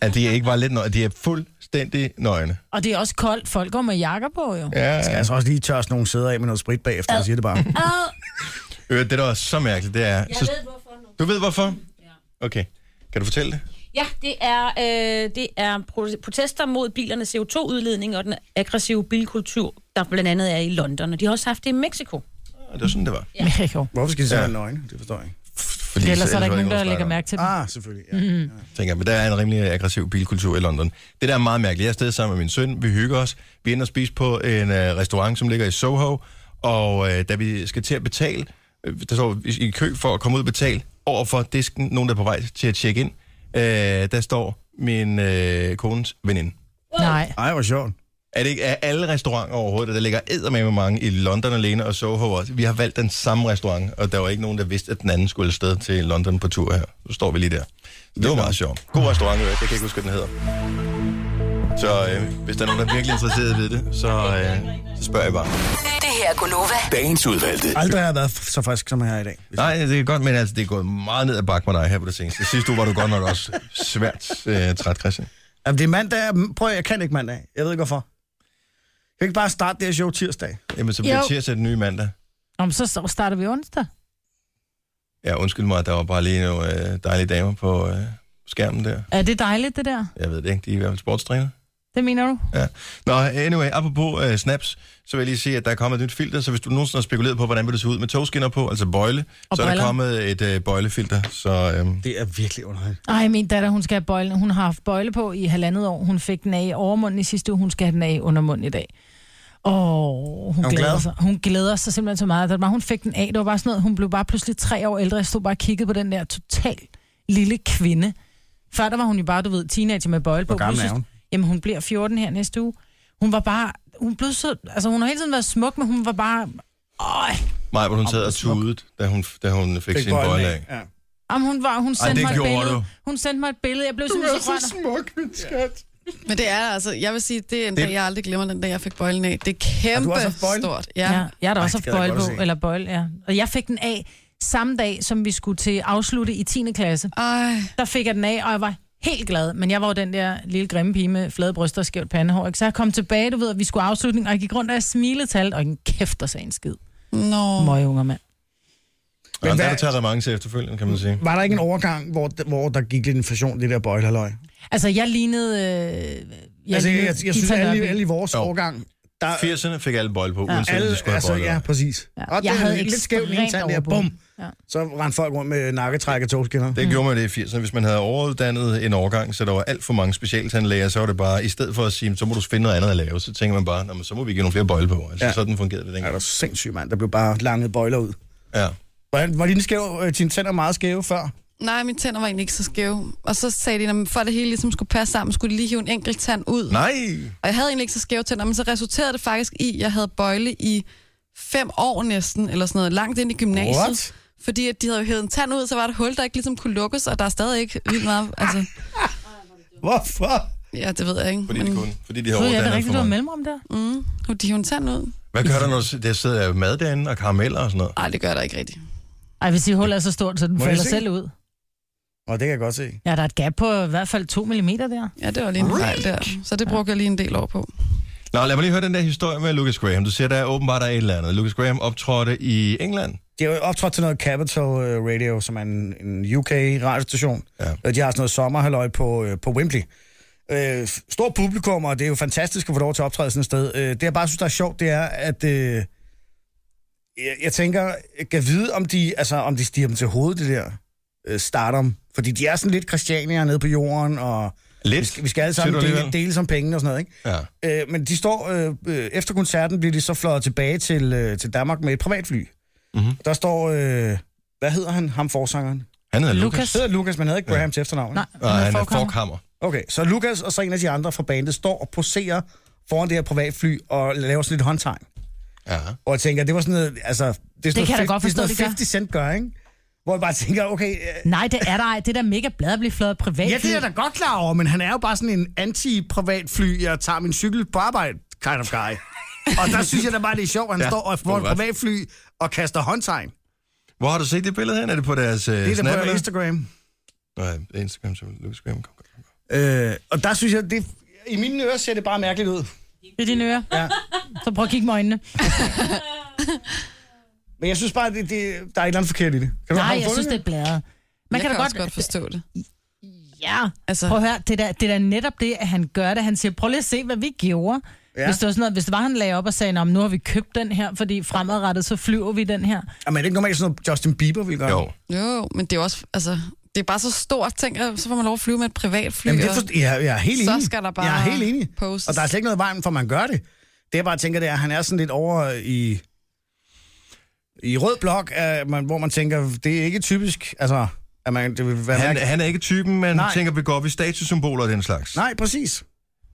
Speaker 1: At de ikke var lidt nøgne. De er fuldstændig nøgne.
Speaker 4: Og det er også koldt. Folk går med jakker på, jo.
Speaker 1: Ja,
Speaker 2: Jeg skal
Speaker 1: ja.
Speaker 2: altså også lige tørre sådan nogle sæder af med noget sprit bagefter, jeg siger det bare.
Speaker 4: Åh,
Speaker 1: Øh, Det, der var så mærkeligt, det er...
Speaker 6: Jeg
Speaker 1: Så,
Speaker 6: ved
Speaker 1: du
Speaker 6: hvorfor nu.
Speaker 1: ved hvorfor? Okay. Kan du fortælle det?
Speaker 6: Ja, det er, øh, det er pro- protester mod bilernes CO2-udledning og den aggressive bilkultur, der blandt andet er i London. Og de har også haft det i Mexico.
Speaker 1: Ah, Det var sådan, det var.
Speaker 4: ja. Mexico.
Speaker 2: Hvorfor skal de så
Speaker 1: Ja.
Speaker 2: være nøgne? Det forstår jeg ikke.
Speaker 1: Fordi
Speaker 4: Ellers er der ikke nogen, der
Speaker 1: at snakke
Speaker 4: lægger
Speaker 1: om.
Speaker 4: mærke til det.
Speaker 2: Ah, selvfølgelig. Ja. Mm.
Speaker 4: Mm-hmm.
Speaker 1: tænker jeg, men der er en rimelig aggressiv bilkultur i London. Det der er meget mærkeligt. Jeg er stadig sammen med min søn, vi hygger os, vi ender og spise på en øh, restaurant, som ligger i Soho, og øh, da vi skal til at betale, øh, der står vi i kø for at komme ud og betale, over for disken, nogen der er på vej til at tjekke ind, øh, der står min øh, kones veninde.
Speaker 4: Nej.
Speaker 2: Ej, hvor sjovt.
Speaker 1: Er det ikke er alle restauranter overhovedet, der ligger eddermame mange i London alene og Soho også? Vi har valgt den samme restaurant, og der var ikke nogen, der vidste, at den anden skulle afsted til London på tur her. Så står vi lige der. Så det var meget sjovt. God restaurant, øh, jeg kan ikke huske, hvad den hedder. Så øh, hvis der er nogen, der er virkelig interesseret ved det, så, øh, så spørger jeg bare.
Speaker 8: Det her er Gunova.
Speaker 9: Dagens udvalgte.
Speaker 2: Aldrig har jeg været f- så frisk som her i dag.
Speaker 1: Nej, det er godt, men altså, det er gået meget ned ad bakke med dig her på det seneste. Sidste uge var du godt nok også svært øh, træt, Christian.
Speaker 2: Jamen, det er mandag. Prøv at- jeg kan ikke mandag. Jeg ved ikke, hvorfor. Jeg kan ikke bare starte det her show tirsdag.
Speaker 1: Jamen, så bliver
Speaker 4: Jo.
Speaker 1: tirsdag den nye mandag.
Speaker 4: Om så så starter vi onsdag.
Speaker 1: Ja, undskyld mig, der var bare lige nogle øh, dejlige damer på øh, skærmen der.
Speaker 4: Er det dejligt, det der?
Speaker 1: Jeg ved det ikke, de er i hvert fald sportstræner.
Speaker 4: Det mener du?
Speaker 1: Ja. Nå, anyway, apropos øh, snaps, så vil jeg lige sige, at der er kommet et nyt filter, så hvis du nogensinde har spekuleret på, hvordan vil det se ud med togskinner på, altså bøjle,
Speaker 4: Og
Speaker 1: så er der
Speaker 4: briller.
Speaker 1: kommet et øh, bøjlefilter, så øh,
Speaker 2: Det er virkelig underligt.
Speaker 4: Ej, min datter, hun skal have bøjle. Hun har haft bøjle på i halvandet år. Hun fik den af i overmunden i sidste uge. Hun skal have den af i undermunden i dag. Og hun,
Speaker 2: hun
Speaker 4: glæder
Speaker 2: glad?
Speaker 4: sig. Hun glæder sig simpelthen så meget. Da bare hun fik den af, det var bare sådan noget. Hun blev bare pludselig tre år ældre. Jeg stod bare og kiggede på den der total lille kvinde. Før der var hun jo bare, du ved, teenager med bøjle på.
Speaker 2: Hvor gammel er
Speaker 4: Pludselig-
Speaker 2: hun?
Speaker 4: Jamen, hun bliver 14 her næste uge. Hun var bare... Hun blev så... Altså, hun har hele tiden været smuk, men hun var bare... Øj,
Speaker 1: Maja, hvor hun sad og tudede, da hun, da hun fik, fik sin
Speaker 2: bøjlen
Speaker 1: bøjle af.
Speaker 2: Ja.
Speaker 4: Jamen, hun, var, hun sendte
Speaker 1: det
Speaker 4: mig et
Speaker 1: gjorde
Speaker 4: billede.
Speaker 1: du.
Speaker 4: Hun sendte mig et billede. Jeg blev simpelthen så rørt.
Speaker 1: smuk, min skat.
Speaker 3: Men det er altså, jeg vil sige, det er en
Speaker 1: Det-
Speaker 3: dag, jeg aldrig glemmer, den dag, jeg fik bøjlen af. Det er kæmpe
Speaker 2: også haft bøjle?
Speaker 3: stort.
Speaker 4: Ja.
Speaker 3: Ja.
Speaker 4: ja. Jeg har da
Speaker 2: Ej,
Speaker 4: også
Speaker 2: det
Speaker 4: haft
Speaker 2: gad jeg
Speaker 4: bøjle
Speaker 2: godt at
Speaker 4: på,
Speaker 2: se.
Speaker 4: eller bøjle, ja. Og jeg fik den af samme dag, som vi skulle til afslutte i 10. klasse.
Speaker 3: Ej,
Speaker 4: Der fik jeg den af, og jeg var helt glad. Men jeg var jo den der lille grimme pige med flade bryster og skævt pandehår. Ikke? Så jeg kom tilbage, du ved, at vi skulle afslutning, og jeg gik rundt, og jeg smilede til alt, og en kæft, der sagde en skid.
Speaker 3: nå.
Speaker 4: Møge unger mand.
Speaker 1: Men
Speaker 2: Men
Speaker 1: der er der
Speaker 2: hvad-
Speaker 1: taget mange til efterfølgende, kan man sige.
Speaker 2: Var der ikke en overgang, hvor, hvor der gik lidt inflation, i det der bøjlehalløj?
Speaker 4: Altså, jeg lignede... Øh, jeg,
Speaker 2: Altså, jeg, jeg, jeg synes,
Speaker 4: Gita
Speaker 2: at alle,
Speaker 4: Nørby.
Speaker 2: alle i vores
Speaker 1: Jo.
Speaker 2: årgang, der
Speaker 1: 80'erne fik alle bøjle på, uanset om
Speaker 2: alle,
Speaker 1: de skulle have
Speaker 2: altså,
Speaker 1: bøjle.
Speaker 2: ja, præcis.
Speaker 4: Ja,
Speaker 2: Og det
Speaker 4: jeg
Speaker 2: er
Speaker 4: havde
Speaker 2: øh, lidt
Speaker 4: ekstremt
Speaker 2: skævt lige tand der,
Speaker 4: overbud.
Speaker 2: bum.
Speaker 4: Ja.
Speaker 2: Så rendte folk rundt med nakketræk og togskinner.
Speaker 1: Det gjorde man jo det i 80'erne. Hvis man havde overuddannet en årgang, så der var alt for mange specialtandlæger, så var det bare, i stedet for at sige, så må du finde noget andet at lave, så tænker man bare, "Nå, men så må vi give nogle flere bøjle på. Altså, ja.
Speaker 2: Ja.
Speaker 1: sådan fungerede det dengang.
Speaker 2: Ja, der er sindssygt, mand. Der blev bare langet bøjler ud.
Speaker 1: Ja.
Speaker 2: Hvordan, var dine, skæve, øh, dine tænder meget skæve før?
Speaker 3: Nej, mine tænder var egentlig ikke så skæve. Og så sagde de, at for at det hele ligesom skulle passe sammen, skulle de lige hive en enkelt tand ud.
Speaker 1: Nej!
Speaker 3: Og jeg havde egentlig ikke så skæve tænder, men så resulterede det faktisk i, at jeg havde bøjle i fem år næsten, eller sådan noget, langt ind i gymnasiet.
Speaker 2: What?
Speaker 3: Fordi at de havde jo hævet en tand ud, så var der hul, der ikke ligesom kunne lukkes, og der er stadig ikke vildt meget... Altså,
Speaker 2: Hvorfor?
Speaker 3: ja, det ved jeg ikke.
Speaker 1: Fordi de kunne. Fordi de har
Speaker 4: Gud, ja, det er
Speaker 1: overdannet
Speaker 4: rigtigt,
Speaker 1: for
Speaker 4: du har
Speaker 1: mange.
Speaker 4: mellemrum der.
Speaker 3: Mm, og de hævde en tand ud.
Speaker 1: Hvad gør der, når der- der sidder mad derinde og karameller og sådan noget?
Speaker 3: Nej, det gør der ikke rigtigt.
Speaker 4: Ej, hvis I hul er så stort, så den
Speaker 2: Må jeg
Speaker 4: falder
Speaker 2: se?
Speaker 4: selv ud.
Speaker 2: Nå, det kan jeg godt se.
Speaker 4: Ja, der er et gap på i hvert fald 2 mm der.
Speaker 3: Ja, det var lige en fejl der. Så det brugte jeg lige en del år på.
Speaker 1: Nå, lad mig lige høre den der historie med Lucas Graham. Du siger, der er åbenbart der er et eller andet. Lucas Graham optrådte i England.
Speaker 2: De har jo optrådt til noget Capital øh, Radio, som er en, en UK-radiostation.
Speaker 1: Ja.
Speaker 2: Øh, De har sådan noget sommerhalløj på, øh, på Wembley. Øh, stor publikum, og det er jo fantastisk at få lov til at optræde sådan et sted. Øh, det, jeg bare synes, der er sjovt, det er, at... Øh, jeg, jeg tænker, jeg kan vide, om de, altså, om de stiger dem til hovedet, det der øh, stardom. Fordi de er sådan lidt christianier nede på jorden, og vi
Speaker 1: Lidt.
Speaker 2: skal, vi skal alle
Speaker 1: Siger
Speaker 2: sammen
Speaker 1: du
Speaker 2: dele,
Speaker 1: alligevel?
Speaker 2: dele som penge og sådan noget, ikke?
Speaker 1: Ja.
Speaker 2: Øh, men de står, øh, øh, efter koncerten bliver de så fløjet tilbage til, øh, til Danmark med et privatfly.
Speaker 1: Mhm.
Speaker 2: Mm-hmm. Der står, øh, hvad hedder han, ham forsangeren?
Speaker 1: Han hedder Lucas.
Speaker 4: Lukas.
Speaker 2: Hedder Lukas, men havde ikke Graham ja. til efternavn. ikke?
Speaker 4: Nej,
Speaker 1: Og han er
Speaker 4: forkammer.
Speaker 1: forkammer.
Speaker 2: Okay, så Lukas og så en af de andre fra bandet står og poserer foran det her privatfly og laver sådan et håndtegn.
Speaker 1: Ja.
Speaker 2: Og jeg tænker, det var sådan noget, altså... Det, er sådan det
Speaker 4: kan jeg da godt
Speaker 2: det er sådan noget
Speaker 4: forstå, de gør.
Speaker 2: 50 cent gør, ikke? Hvor jeg bare tænker, okay... Øh,
Speaker 4: Nej, det er der ej. Det der mega blad at blive fløjet privat.
Speaker 2: ja, det er jeg da godt klar over, men han er jo bare sådan en anti-privat fly, jeg tager min cykel på arbejde, kind of guy. og der synes jeg da bare, det er sjovt, at han
Speaker 1: Ja,
Speaker 2: ja, står og
Speaker 1: du
Speaker 2: får
Speaker 1: har
Speaker 2: et
Speaker 1: ret.
Speaker 2: privatfly og kaster håndtegn.
Speaker 1: Hvor har du set det billede hen? Er det på deres uh,
Speaker 2: Det er
Speaker 1: snap?
Speaker 2: der på
Speaker 1: eller?
Speaker 2: Instagram.
Speaker 1: Nej, Instagram, så Lucas Graham. Kom, kom, kom.
Speaker 2: Øh, og der synes jeg, det, i mine ører ser det bare mærkeligt ud.
Speaker 4: Det er dine ører. Ja. Så prøv at kigge med øjnene.
Speaker 2: Men jeg synes bare, det, det, der er et eller andet forkert i det. Kan du
Speaker 4: Nej, jeg synes, det er bladret. Man
Speaker 3: jeg
Speaker 4: kan da godt...
Speaker 3: også godt forstå det.
Speaker 4: Ja,
Speaker 3: Altså-
Speaker 4: altså... prøv at høre, det er da- det er da netop det, at han gør det. Han siger, prøv lige at se, hvad vi gjorde. Ja.
Speaker 2: Ja.
Speaker 4: Hvis, det var sådan noget, hvis det var, han lagde op og sagde, "Nå, men nu har vi købt den her, fordi fremadrettet, så flyver vi den her.
Speaker 2: Jamen, er det ikke normalt sådan noget, Justin Bieber ville gøre?
Speaker 1: Jo.
Speaker 3: Jo, men det er jo også, altså, det er bare så stort, tænk, at så får man lov at flyve med et privat fly.
Speaker 2: Jamen, det
Speaker 3: og-
Speaker 2: forst- jeg, jeg er helt
Speaker 3: Så
Speaker 2: enig.
Speaker 3: skal der bare
Speaker 2: Jeg er helt enig.
Speaker 3: poses.
Speaker 2: Og der er slet ikke noget i vejen for, at man gør det. Det jeg bare tænker, det er, at han er sådan lidt over i... I rød blok, at man, hvor man tænker, det er ikke typisk, altså, at man, det vil være
Speaker 1: Han,
Speaker 2: mærkeligt.
Speaker 1: han er ikke typen, man Nej.
Speaker 2: Nej.
Speaker 1: tænker, vi går op i statussymboler og den slags.
Speaker 2: Nej, præcis.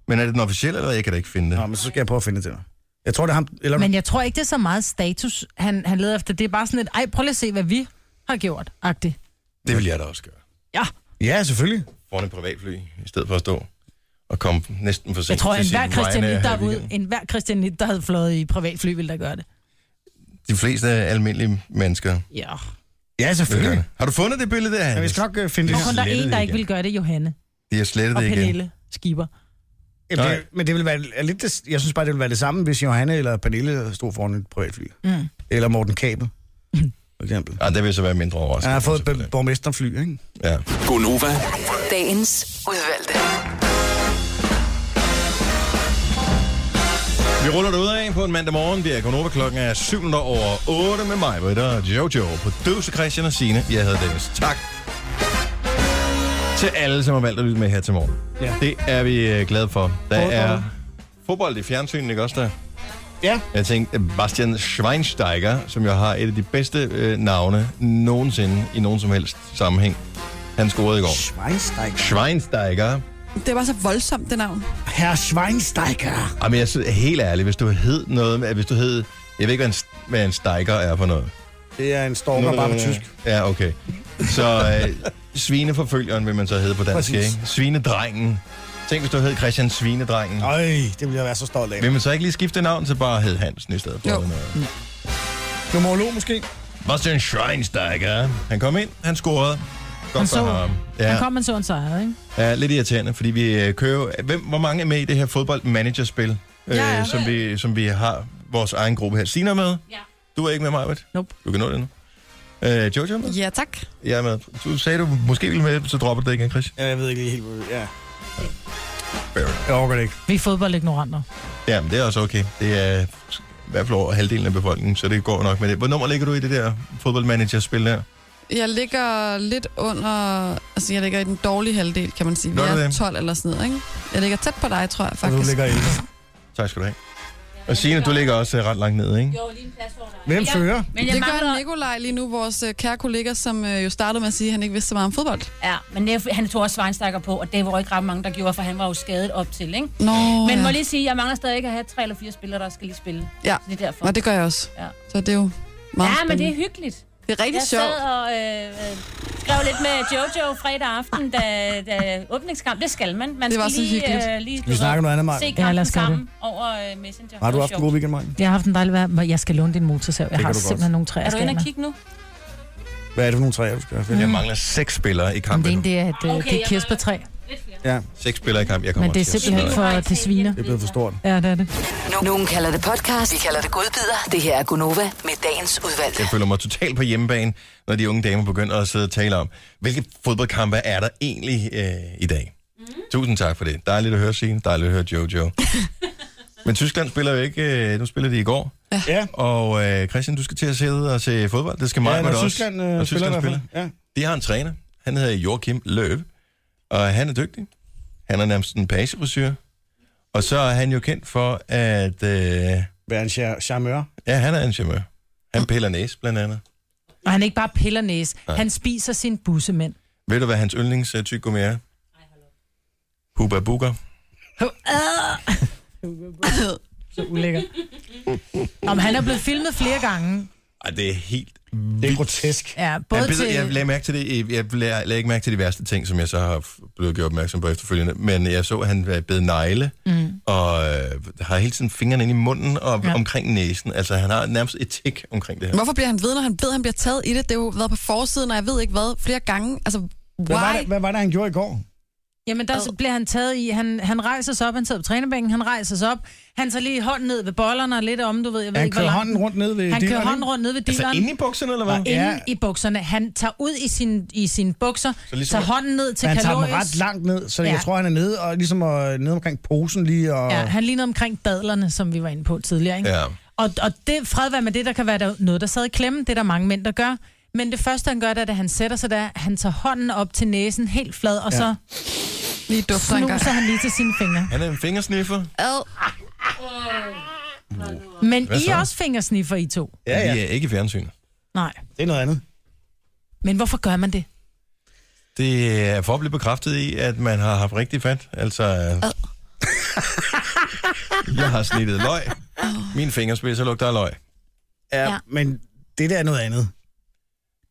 Speaker 1: Men er det den officielle, eller jeg kan da ikke finde det?
Speaker 2: Nå, men så skal jeg prøve at finde det til dig. Jeg tror, det er ham, eller
Speaker 4: Men jeg tror ikke, det er så meget status, han, han leder efter. Det er bare sådan et, ej, prøv lige at se, hvad vi har gjort, agtigt.
Speaker 1: Det vil jeg da også gøre.
Speaker 4: Ja,
Speaker 2: Ja, selvfølgelig.
Speaker 1: Foran et privatfly, i stedet for at stå og komme næsten for sent
Speaker 4: jeg tror,
Speaker 1: til
Speaker 4: en hver
Speaker 1: sin
Speaker 4: Christian
Speaker 1: Ryanair
Speaker 4: Lind, der
Speaker 1: her
Speaker 4: er
Speaker 1: i
Speaker 4: ude,
Speaker 1: weekenden.
Speaker 4: en hver Christian Lind, der havde fløjet i privatfly, ville der gøre det.
Speaker 1: De fleste almindelige mennesker
Speaker 4: Ja.
Speaker 2: Ja,
Speaker 1: vil gøre
Speaker 2: selvfølgelig.
Speaker 1: det. Har du fundet det billede der,
Speaker 2: Men vi
Speaker 1: Hans?
Speaker 2: skal nok øh, finde
Speaker 4: Og
Speaker 2: det.
Speaker 4: kun der er
Speaker 1: slettet
Speaker 4: en, der
Speaker 1: det
Speaker 4: ikke
Speaker 1: igen.
Speaker 4: vil gøre det, Johanne
Speaker 1: De har slettet
Speaker 4: og
Speaker 1: det igen.
Speaker 4: Pernille Skiber.
Speaker 2: Jamen,
Speaker 1: Nej.
Speaker 2: det, men det vil være er lidt det, jeg synes bare, det ville være det samme, hvis Johanne eller Pernille stod foran et privatfly.
Speaker 4: Mm.
Speaker 2: Eller Morten Kabel, for eksempel.
Speaker 1: Ja, det vil så være mindre overraskende.
Speaker 2: Han har fået et
Speaker 1: selvfølgelig.
Speaker 2: borgmesterfly, ikke?
Speaker 1: Ja.
Speaker 9: Gonova,
Speaker 8: Dagens udvalgte.
Speaker 1: Vi ruller det ud af på en mandag morgen. Vi er kun over klokken er 7 minutter over 8 med mig, Britta og Jojo, producer Christian og Signe. Jeg hedder Dennis. Tak til alle, som har valgt at lytte med her til morgen.
Speaker 2: Ja.
Speaker 1: Det er vi øh, glade for. Der
Speaker 2: Fodbold.
Speaker 1: er fodbold i fjernsynet, ikke også der?
Speaker 2: Ja.
Speaker 1: Jeg tænkte, at Bastian Schweinsteiger, som jeg har et af de bedste øh, navne nogensinde i nogen som helst sammenhæng, han scorede i går.
Speaker 2: Schweinsteiger.
Speaker 1: Schweinsteiger.
Speaker 3: Det er bare så voldsomt, det navn.
Speaker 2: Herr Schweinsteiger.
Speaker 1: Jamen, jeg synes, helt ærligt, hvis du hed noget med, hvis du hed, jeg ved ikke, hvad en, st- hvad en steiger er for noget.
Speaker 2: Det er en stormer, bare på
Speaker 1: Øh.
Speaker 2: tysk.
Speaker 1: Ja, okay. Så øh, svineforfølgeren vil man så hedde på dansk,
Speaker 2: Præcis.
Speaker 1: ikke? Svinedrengen. Tænk, hvis du hed Christian Svinedrengen.
Speaker 2: Øj, det ville jeg være så stolt af.
Speaker 1: Vil man så ikke lige skifte navn til bare hed Hansen i stedet for?
Speaker 3: Jo.
Speaker 1: Eller noget?
Speaker 2: Numerolog måske?
Speaker 1: Bastian Schweinsteiger. Han kom ind, han scorede. Godt for
Speaker 4: så-
Speaker 1: ham.
Speaker 4: Ja.
Speaker 1: Ja,
Speaker 4: Han kom, man så en sejr, ikke?
Speaker 1: ja, lidt irriterende, fordi vi øh, kører jo- Hvem, Hvor mange er med i det her fodboldmanagerspil, øh,
Speaker 3: Jeg er
Speaker 1: som, vi, som vi har vores egen gruppe her? Sina er med?
Speaker 6: Ja.
Speaker 1: Du er ikke med, Majbert?
Speaker 4: Nope.
Speaker 1: Du kan nå det nu. Øh, Jojo er med?
Speaker 3: Ja, tak.
Speaker 1: Jeg er med. Du sagde, du måske ville med, så dropper du det igen, Chris.
Speaker 2: Ja, jeg ved ikke lige helt, hvor... Ja.
Speaker 1: Fair
Speaker 2: Jeg overgår det ikke.
Speaker 4: Vi er fodboldignoranter.
Speaker 1: Jamen, det er også okay. Det er hvert fald over halvdelen af befolkningen, så det går nok med det. Hvor nummer ligger du i det der fodboldmanager-spil der?
Speaker 3: Jeg ligger lidt under... Altså, jeg ligger i den dårlige halvdel, kan man sige.
Speaker 1: Gør du
Speaker 3: jeg er
Speaker 1: det?
Speaker 3: 12 eller sådan noget, ikke? Jeg ligger tæt på dig, tror jeg,
Speaker 1: Og
Speaker 3: faktisk.
Speaker 1: du ligger i Tak skal du have. Og Signe, du ligger også øh, ret langt ned, ikke?
Speaker 6: Jo, lige en plads over dig.
Speaker 1: Hvem
Speaker 6: Jeg-
Speaker 1: fører?
Speaker 6: Men jeg
Speaker 3: det
Speaker 6: mangler-
Speaker 3: gør Nikolaj lige nu, vores øh, kære kollega, som øh, jo startede med at sige, at han ikke vidste så meget om fodbold.
Speaker 6: Ja, men det er- han tog også Sveinstakker på, og det var jo ikke ret mange, der gjorde, for han var jo skadet op til, ikke?
Speaker 3: Nå,
Speaker 6: men må
Speaker 3: ja.
Speaker 6: lige sige, jeg mangler stadig ikke at have tre eller fire spillere, der skal lige spille.
Speaker 3: Ja,
Speaker 6: Så det er derfor.
Speaker 3: og det gør jeg også.
Speaker 6: Ja.
Speaker 3: Så det er jo meget
Speaker 6: ja, men det er
Speaker 3: spændende.
Speaker 6: hyggeligt.
Speaker 3: Det er rigtig
Speaker 6: jeg
Speaker 3: sjovt.
Speaker 6: Jeg sad og øh, øh, skrev lidt med Jojo fredag aften, da, da åbningskamp, det skal man. man
Speaker 4: Det var
Speaker 6: skal
Speaker 4: så hyggeligt.
Speaker 6: Øh, lige,
Speaker 2: Skal vi snakke om noget andet, Maja?
Speaker 6: Se
Speaker 2: Ja,
Speaker 6: kampen
Speaker 4: lad
Speaker 6: ja,
Speaker 4: os gøre
Speaker 6: sammen over øh, Messenger.
Speaker 2: Har du
Speaker 6: Det var
Speaker 2: haft en
Speaker 6: sjovt.
Speaker 2: god weekend, Maja?
Speaker 4: Jeg har haft en dejlig vejr, hvor jeg skal låne din motorsav. Jeg
Speaker 2: kan
Speaker 4: har
Speaker 2: du godt.
Speaker 4: simpelthen nogle træer.
Speaker 6: Er du
Speaker 4: jeg skal
Speaker 6: inde
Speaker 4: af
Speaker 6: og
Speaker 4: med.
Speaker 6: kigge nu?
Speaker 2: Hvad er det for nogle træer, du skal
Speaker 4: Mm.
Speaker 2: have?
Speaker 1: Jeg mangler seks spillere i
Speaker 4: Men det
Speaker 1: kampen.
Speaker 4: ene, det er, at okay, det er kirsebærtræ,
Speaker 2: Ja.
Speaker 1: Seks spillere i kampen. Jeg kommer
Speaker 4: men det er
Speaker 1: også til at
Speaker 4: simpelthen
Speaker 1: smadre
Speaker 4: for,
Speaker 1: jer.
Speaker 4: det sviner.
Speaker 2: Det er blevet for stort.
Speaker 4: Ja, det er det.
Speaker 8: Nogen kalder det podcast, vi kalder det godbider. Det her er Gunova med dagens udvalgte.
Speaker 1: Jeg føler mig totalt på hjemmebane, når de unge damer begynder at sidde og tale om, hvilke fodboldkampe er der egentlig øh, i dag. Mm. Tusind tak for det. Dejligt at høre Signe, dejligt at høre Jojo. Men Tyskland spiller jo ikke, øh, nu spiller de i går.
Speaker 2: Ja.
Speaker 1: Og øh, Christian, du skal til at sidde og se fodbold. Det skal mig
Speaker 2: Ja,
Speaker 1: men
Speaker 2: når
Speaker 1: også.
Speaker 2: Tyskland, øh, spiller i hvert fald. Ja.
Speaker 1: De har en træner. Han hedder Joachim Løv. Og han er dygtig. Han er nærmest en pagefrisyr. Og så er han jo kendt for at... Øh,
Speaker 2: Være en char- charmeur.
Speaker 1: Ja, han er en charmeur.
Speaker 2: Mm.
Speaker 1: Han piller næse, blandt andet.
Speaker 4: Og han er ikke bare piller næse.
Speaker 1: Nej.
Speaker 4: Han spiser sin bussemænd.
Speaker 1: Ved du, hvad hans yndlingstyggegummi er? Huba Buga.
Speaker 4: Så ulækker. Om han er blevet filmet flere gange.
Speaker 1: Ej, det er helt vildt. Det er grotesk.
Speaker 4: Ja,
Speaker 1: jeg,
Speaker 4: både
Speaker 1: beder,
Speaker 4: til...
Speaker 1: jeg lagde mærke til det. Jeg lagde, lagde ikke mærke til de værste ting, som jeg så har f- blevet gjort opmærksom på efterfølgende. Men jeg så, at han var blevet negle,
Speaker 4: Mm.
Speaker 1: og øh, har hele tiden fingrene inde i munden og ja. omkring næsen. Altså, han har nærmest et tik omkring det her.
Speaker 3: Hvorfor bliver han ved, når han ved, at han bliver taget i det? Det har jo været på forsiden, og jeg ved ikke hvad, flere gange. Altså, why?
Speaker 2: Hvad var, det, hvad var det, han gjorde i går?
Speaker 4: Jamen, der oh. bliver han taget i. Han, han rejser sig op. Han sidder på trænebænken. Han rejser sig op. Han tager lige hånden ned ved bollerne og lidt om, du ved, jeg ved
Speaker 2: Han
Speaker 4: ikke, hvor
Speaker 2: kører
Speaker 4: langt.
Speaker 2: hånden rundt ned ved
Speaker 4: Han kører
Speaker 2: dealeren,
Speaker 4: hånden
Speaker 2: ikke?
Speaker 4: rundt ned ved
Speaker 2: Altså,
Speaker 4: dealeren.
Speaker 2: inde i
Speaker 1: bukserne, eller
Speaker 2: hvad?
Speaker 4: Inde
Speaker 2: Ja.
Speaker 4: i bukserne. Han tager ud i sin, i sin bukser,
Speaker 2: Så
Speaker 4: så
Speaker 2: ligesom-
Speaker 4: ligesom, tager hånden ned til
Speaker 2: Men han tager
Speaker 4: kalorier.
Speaker 2: dem ret langt ned, så jeg tror, han er nede, og ligesom øh, nede omkring posen lige. Og...
Speaker 4: Ja, han ligner omkring dadlerne, som vi var inde på tidligere. Ikke?
Speaker 2: Ja.
Speaker 4: Og, og det, fred være med det, der kan være der, noget, der sad i klemme. Det er der mange mænd, der gør. Men det første, han gør, det er, at han sætter sig der, han tager hånden op til næsen helt flad, og
Speaker 1: Ja.
Speaker 4: ja. så
Speaker 3: lige
Speaker 1: dufter en gang.
Speaker 4: snuser han lige til sine fingre.
Speaker 1: Han er en fingersniffer.
Speaker 3: Ad.
Speaker 4: Men
Speaker 1: Hvad
Speaker 4: I
Speaker 1: så?
Speaker 4: er også fingersniffer, I to.
Speaker 1: Ja, ja. Vi er ikke i fjernsynet.
Speaker 4: Nej.
Speaker 2: Det er noget andet.
Speaker 4: Men hvorfor gør man det?
Speaker 1: Det er for at blive bekræftet i, at man har haft rigtig fat. Altså, jeg har snittet løg. Min fingerspidser lugter af løg.
Speaker 2: Ja, ja, men det der er noget andet.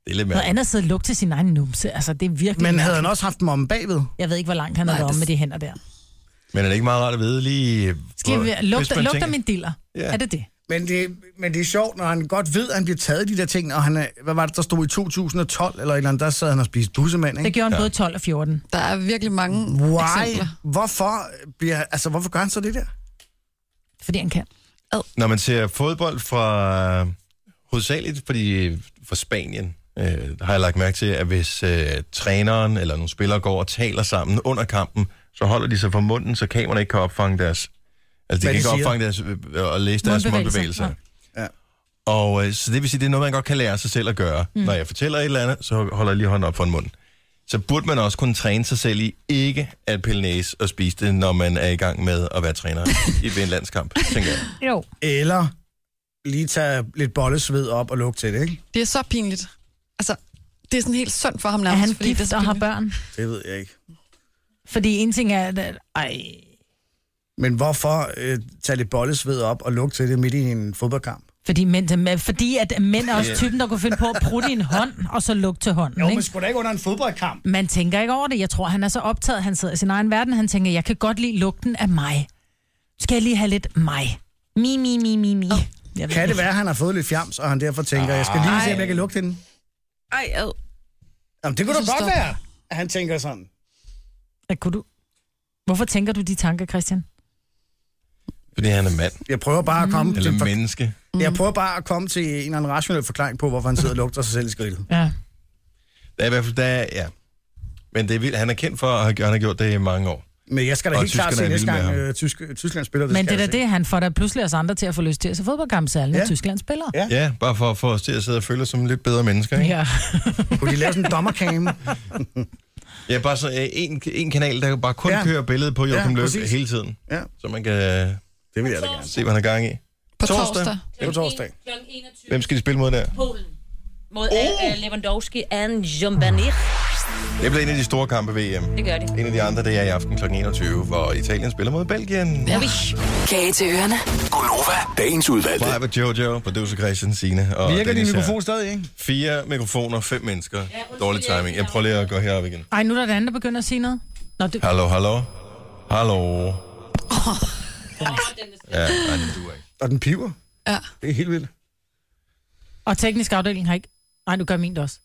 Speaker 1: Det er lidt
Speaker 4: Noget andet sidder lugt til sin egen numse. Altså, det er virkelig...
Speaker 2: Men havde han
Speaker 4: mærkeligt.
Speaker 2: også haft dem om bagved?
Speaker 4: Jeg ved ikke, hvor langt han har været om med de hænder der.
Speaker 1: Men er det ikke meget rart at vide lige...
Speaker 4: Skal
Speaker 1: hvor-
Speaker 4: vi,
Speaker 1: hvis
Speaker 4: lugter,
Speaker 1: man
Speaker 4: lugter
Speaker 1: tænker-
Speaker 4: min diller?
Speaker 1: Ja.
Speaker 4: Ja. Er det det?
Speaker 2: Men det, men det er sjovt, når han godt ved, at han bliver taget i de der ting, og han er, hvad var det, der stod i 2012 eller et eller andet, der sad han og spiste bussemand, ikke?
Speaker 4: Det gjorde han både 12 og 14.
Speaker 3: Der er virkelig mange
Speaker 2: Why?
Speaker 3: eksempler.
Speaker 2: Hvorfor, bliver, altså, hvorfor gør han så det der?
Speaker 4: Fordi han kan.
Speaker 1: Når man ser fodbold fra... øh, Hovedsageligt fordi, fra Spanien, øh, har jeg lagt mærke til, at hvis øh, træneren eller nogle spillere går og taler sammen under kampen, så holder de sig for munden, så kameraerne ikke kan opfange deres... Altså, de kan
Speaker 2: Hvad de
Speaker 1: ikke
Speaker 2: siger.
Speaker 1: opfange deres, øh, og læse deres mundbevægelser.
Speaker 2: Mundbevægelser, nej. Ja.
Speaker 1: Og øh, så det vil sige, det er noget, man godt kan lære sig selv at gøre. Mm. Når jeg fortæller et eller andet, så holder jeg lige hånden op for en mund. Så burde man også kunne træne sig selv i ikke at pille næse og spise det, når man er i gang med at være træner i ved en landskamp, tænker jeg.
Speaker 4: Jo.
Speaker 2: Eller lige tage lidt bollesved op og lukke til det, ikke?
Speaker 3: Det er så pinligt. Altså, det er sådan helt sundt for ham
Speaker 4: Er
Speaker 3: nærmest.
Speaker 4: han
Speaker 3: fordi det er
Speaker 4: gift
Speaker 3: så
Speaker 4: og har
Speaker 3: pinligt.
Speaker 4: børn?
Speaker 2: Det ved jeg ikke.
Speaker 4: Fordi en ting er, at... Ej.
Speaker 2: Men hvorfor øh, tage lidt bollesved op og lukke til det midt i en fodboldkamp?
Speaker 4: Fordi, mænd, fordi at mænd er også
Speaker 2: Ja.
Speaker 4: typen, der kunne finde på at prutte i en hånd, og så lukke til hånden.
Speaker 2: Jo,
Speaker 4: ikke?
Speaker 2: men skulle da ikke under en fodboldkamp?
Speaker 4: Man tænker ikke over det. Jeg tror, han er så optaget. Han sidder i sin egen verden. Han tænker, jeg kan godt lide lugten af mig. Skal jeg lige have lidt mig? Mi, mi, mi, mi, mi. Jeg ved
Speaker 2: Kan det
Speaker 4: ikke.
Speaker 2: være, at han har fået lidt fjams, og han derfor tænker, jeg skal lige se, om jeg kan lukke hende?
Speaker 3: Ej, ad.
Speaker 2: Jamen, det kunne
Speaker 4: Jeg
Speaker 2: da
Speaker 4: synes,
Speaker 2: godt
Speaker 4: der-
Speaker 2: være, at han tænker sådan.
Speaker 4: Ja, kunne du... Hvorfor tænker du de tanker, Christian?
Speaker 1: Fordi han er mand.
Speaker 2: Jeg prøver bare at komme
Speaker 1: Mm.
Speaker 2: til
Speaker 1: Eller menneske.
Speaker 2: Jeg prøver bare at komme til en eller anden rationel forklaring på, hvorfor han sidder og lugter sig selv i skridtet.
Speaker 4: Ja.
Speaker 1: Der er i hvert fald, der er, ja. Men det er vildt. Han er kendt for, at han har gjort det i mange år.
Speaker 2: Men jeg skal da
Speaker 1: Og
Speaker 2: helt klart se
Speaker 1: tyskerne er
Speaker 2: næste
Speaker 1: vilde
Speaker 2: gang
Speaker 1: med ham.
Speaker 2: øh, Tysk, Tyskland spiller det.
Speaker 4: Men
Speaker 2: skal
Speaker 4: det er
Speaker 2: jeg
Speaker 4: da det, han får da pludselig os andre til at få lyst til at se fodboldkamp, særligt
Speaker 2: Ja.
Speaker 4: når Tyskland spiller.
Speaker 2: Ja.
Speaker 1: Ja, bare for at få os til at sidde og føle os som lidt bedre mennesker. Ikke?
Speaker 4: Ja.
Speaker 2: se. Kunne de lave sådan en dommercam?
Speaker 1: Ja, bare så øh, en, en kanal, der bare kun
Speaker 2: Ja.
Speaker 1: ja. kører billedet på Joachim
Speaker 2: Ja,
Speaker 1: ja, Løb
Speaker 2: præcis.
Speaker 1: hele tiden.
Speaker 2: Ja.
Speaker 1: Så man kan øh,
Speaker 2: Det vil jeg da gerne.
Speaker 1: se, hvad han har gang i.
Speaker 3: På
Speaker 1: Torsdag.
Speaker 3: torsdag. torsdag.
Speaker 2: Det er på torsdag.
Speaker 6: Kl. 21.
Speaker 1: Hvem skal de spille mod der?
Speaker 6: Polen. Mod oh. Lewandowski and Jombanir.
Speaker 1: Det bliver en af de store kampe ved EM.
Speaker 6: Det gør de.
Speaker 1: En af de andre, det er i aften kl. 21, hvor Italien spiller mod Belgien. Ja.
Speaker 8: Kage til ørerne.
Speaker 9: Gunova, dagens udvalgte.
Speaker 1: Maja, Jojo, producer Christian, Signe og
Speaker 2: Virker din
Speaker 1: Dennis her.
Speaker 2: mikrofon stadig, ikke?
Speaker 1: Fire mikrofoner, fem mennesker. Ja, Dårlig timing. Jeg prøver lige at gå herop igen.
Speaker 4: Ej, nu er der et andet, der begynder at sige noget. Nå, det,
Speaker 1: Hallo, hallo. Hallo. Ja, nej, det duer ikke.
Speaker 2: Og den piver.
Speaker 3: Ja.
Speaker 2: Det er helt vildt.
Speaker 4: og teknisk afdeling har ikke... Nej, nu gør min det også.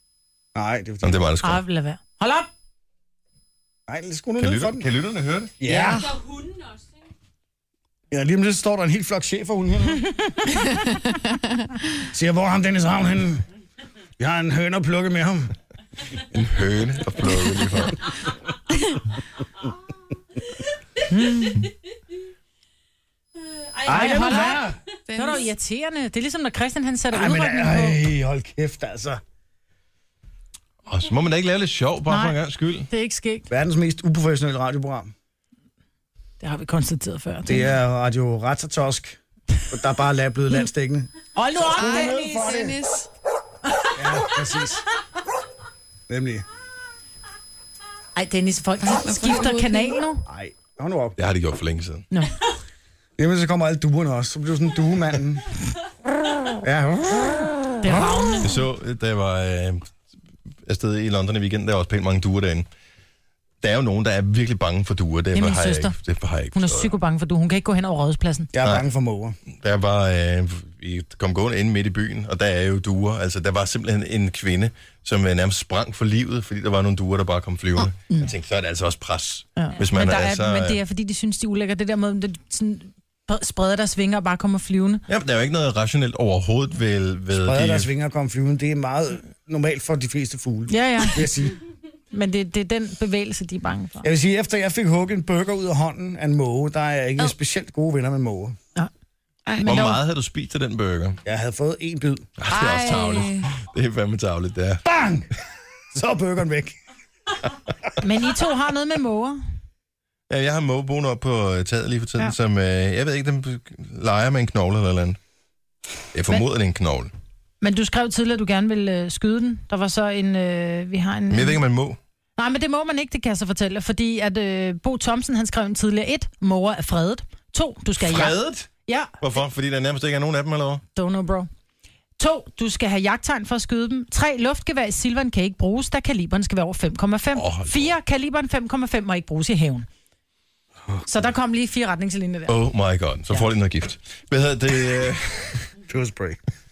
Speaker 2: Nej, det er fordi...
Speaker 1: Jamen, det var det sgu.
Speaker 4: Ej, lad være. Hold op!
Speaker 2: Nej, det skulle nu
Speaker 1: Kan,
Speaker 2: ned for
Speaker 1: lytter,
Speaker 2: den.
Speaker 1: kan lytterne høre det?
Speaker 2: Ja. Ja, lige om lidt står der en helt flok chefer hun her. Siger, hvor er ham Dennis Ravn henne? Jeg har en høne at plukke med ham.
Speaker 1: En høne og plukke lige for.
Speaker 2: Ej, det
Speaker 4: hold
Speaker 2: er
Speaker 4: op. Det
Speaker 2: være.
Speaker 4: var da irriterende. Det er ligesom, når Christian han sætter
Speaker 2: Ej, men
Speaker 4: udrykning på.
Speaker 2: ej, hold kæft, altså.
Speaker 1: Og så må man da ikke lave lidt sjov, bare for
Speaker 4: Nej.
Speaker 1: en gang skyld.
Speaker 4: Det er ikke skægt.
Speaker 2: Verdens mest uprofessionelle radioprogram.
Speaker 4: Det har vi konstateret før.
Speaker 2: Det er Radio Ratatosk, der er bare la- blevet landstækkende.
Speaker 4: Hold nu op, Dennis!
Speaker 3: Dennis.
Speaker 2: Ja, præcis. Nemlig.
Speaker 4: Ej, Dennis, folk skifter kanal nu.
Speaker 2: Ej, hold nu op.
Speaker 1: Det har de gjort for længe siden.
Speaker 4: Nå.
Speaker 2: Jamen, så kommer alle duerne også. Så bliver du sådan duemanden. Ja,
Speaker 4: Det er ravnende.
Speaker 1: Jeg så, da jeg var øh, afsted i London i weekenden, der var også pænt mange duer derinde. Der er jo nogen, der er virkelig bange for duer. Det,
Speaker 4: er min
Speaker 1: har jeg
Speaker 4: søster.
Speaker 1: Ikke, det har jeg ikke
Speaker 4: Hun er
Speaker 1: forstået.
Speaker 4: psykobange for du. Hun kan ikke gå hen over rådspladsen.
Speaker 2: jeg er bange for måger.
Speaker 1: Der var, øh, vi kom gående inde midt i byen, og der er jo duer. Altså, der var simpelthen en kvinde, som øh, nærmest sprang for livet, fordi der var nogle duer, der bare kom flyvende. Mm. Jeg tænkte, så er det altså også pres. Ja. Hvis man
Speaker 4: Men, der
Speaker 1: er,
Speaker 4: er,
Speaker 1: altså,
Speaker 4: men det er, fordi de synes, de er ulækre. Det der med, at de sådan spreder deres vinger og bare kommer flyvende.
Speaker 1: Ja, men der er jo ikke noget rationelt overhovedet ved, ved
Speaker 2: Breder
Speaker 1: de...
Speaker 2: deres vinger og kommer flyvende. Det er meget normalt for de fleste fugle.
Speaker 4: Ja, ja.
Speaker 2: Vil jeg sige.
Speaker 4: Men det, det er den bevægelse, de er bange for.
Speaker 2: Jeg vil sige, efter jeg fik hugget en burger ud af hånden af en måge, der er jeg ikke specielt gode venner med måger.
Speaker 1: Hvor
Speaker 4: der-
Speaker 1: meget havde du spist af den burger?
Speaker 2: Jeg havde fået en bid.
Speaker 1: Ej, det er også tavligt. Det er fandme tavligt, det er.
Speaker 2: Bang! Så er burgeren væk.
Speaker 4: Men I to har noget med måger.
Speaker 1: Ja, jeg har en måge boende op på øh, taget lige for tiden, ja.
Speaker 4: Ja.
Speaker 1: som, øh, jeg ved ikke, den leger med en knogle eller et eller andet. Jeg formoder, det er en knogle.
Speaker 4: Men du skrev tidligere, at du gerne ville øh, skyde den. Der var så en... Øh, vi har en...
Speaker 1: Men jeg ved ikke, om man må.
Speaker 4: Nej, men det må man ikke, det kan jeg så fortælle. dig, Fordi at øh, Bo Thomsen, han skrev en tidligere. Et, måger er fredet. To, du skal have jagt-
Speaker 1: Fredet?
Speaker 4: Ja,
Speaker 1: Hvorfor? Fordi der nærmest ikke er nogen af dem, eller hvad?
Speaker 4: don't know, bro. To, du skal have jagttegn for at skyde dem. Tre, luftgevær i silveren kan ikke bruges, da kaliberen skal være over 5,5.
Speaker 1: Åh, hold
Speaker 4: Oh, Fire, kaliberen 5,5 må ikke bruges i haven. Så der kom lige fire retningslinjer der.
Speaker 1: Oh my god, så får de noget gift. Hvad hedder det? øh,
Speaker 2: Purespray.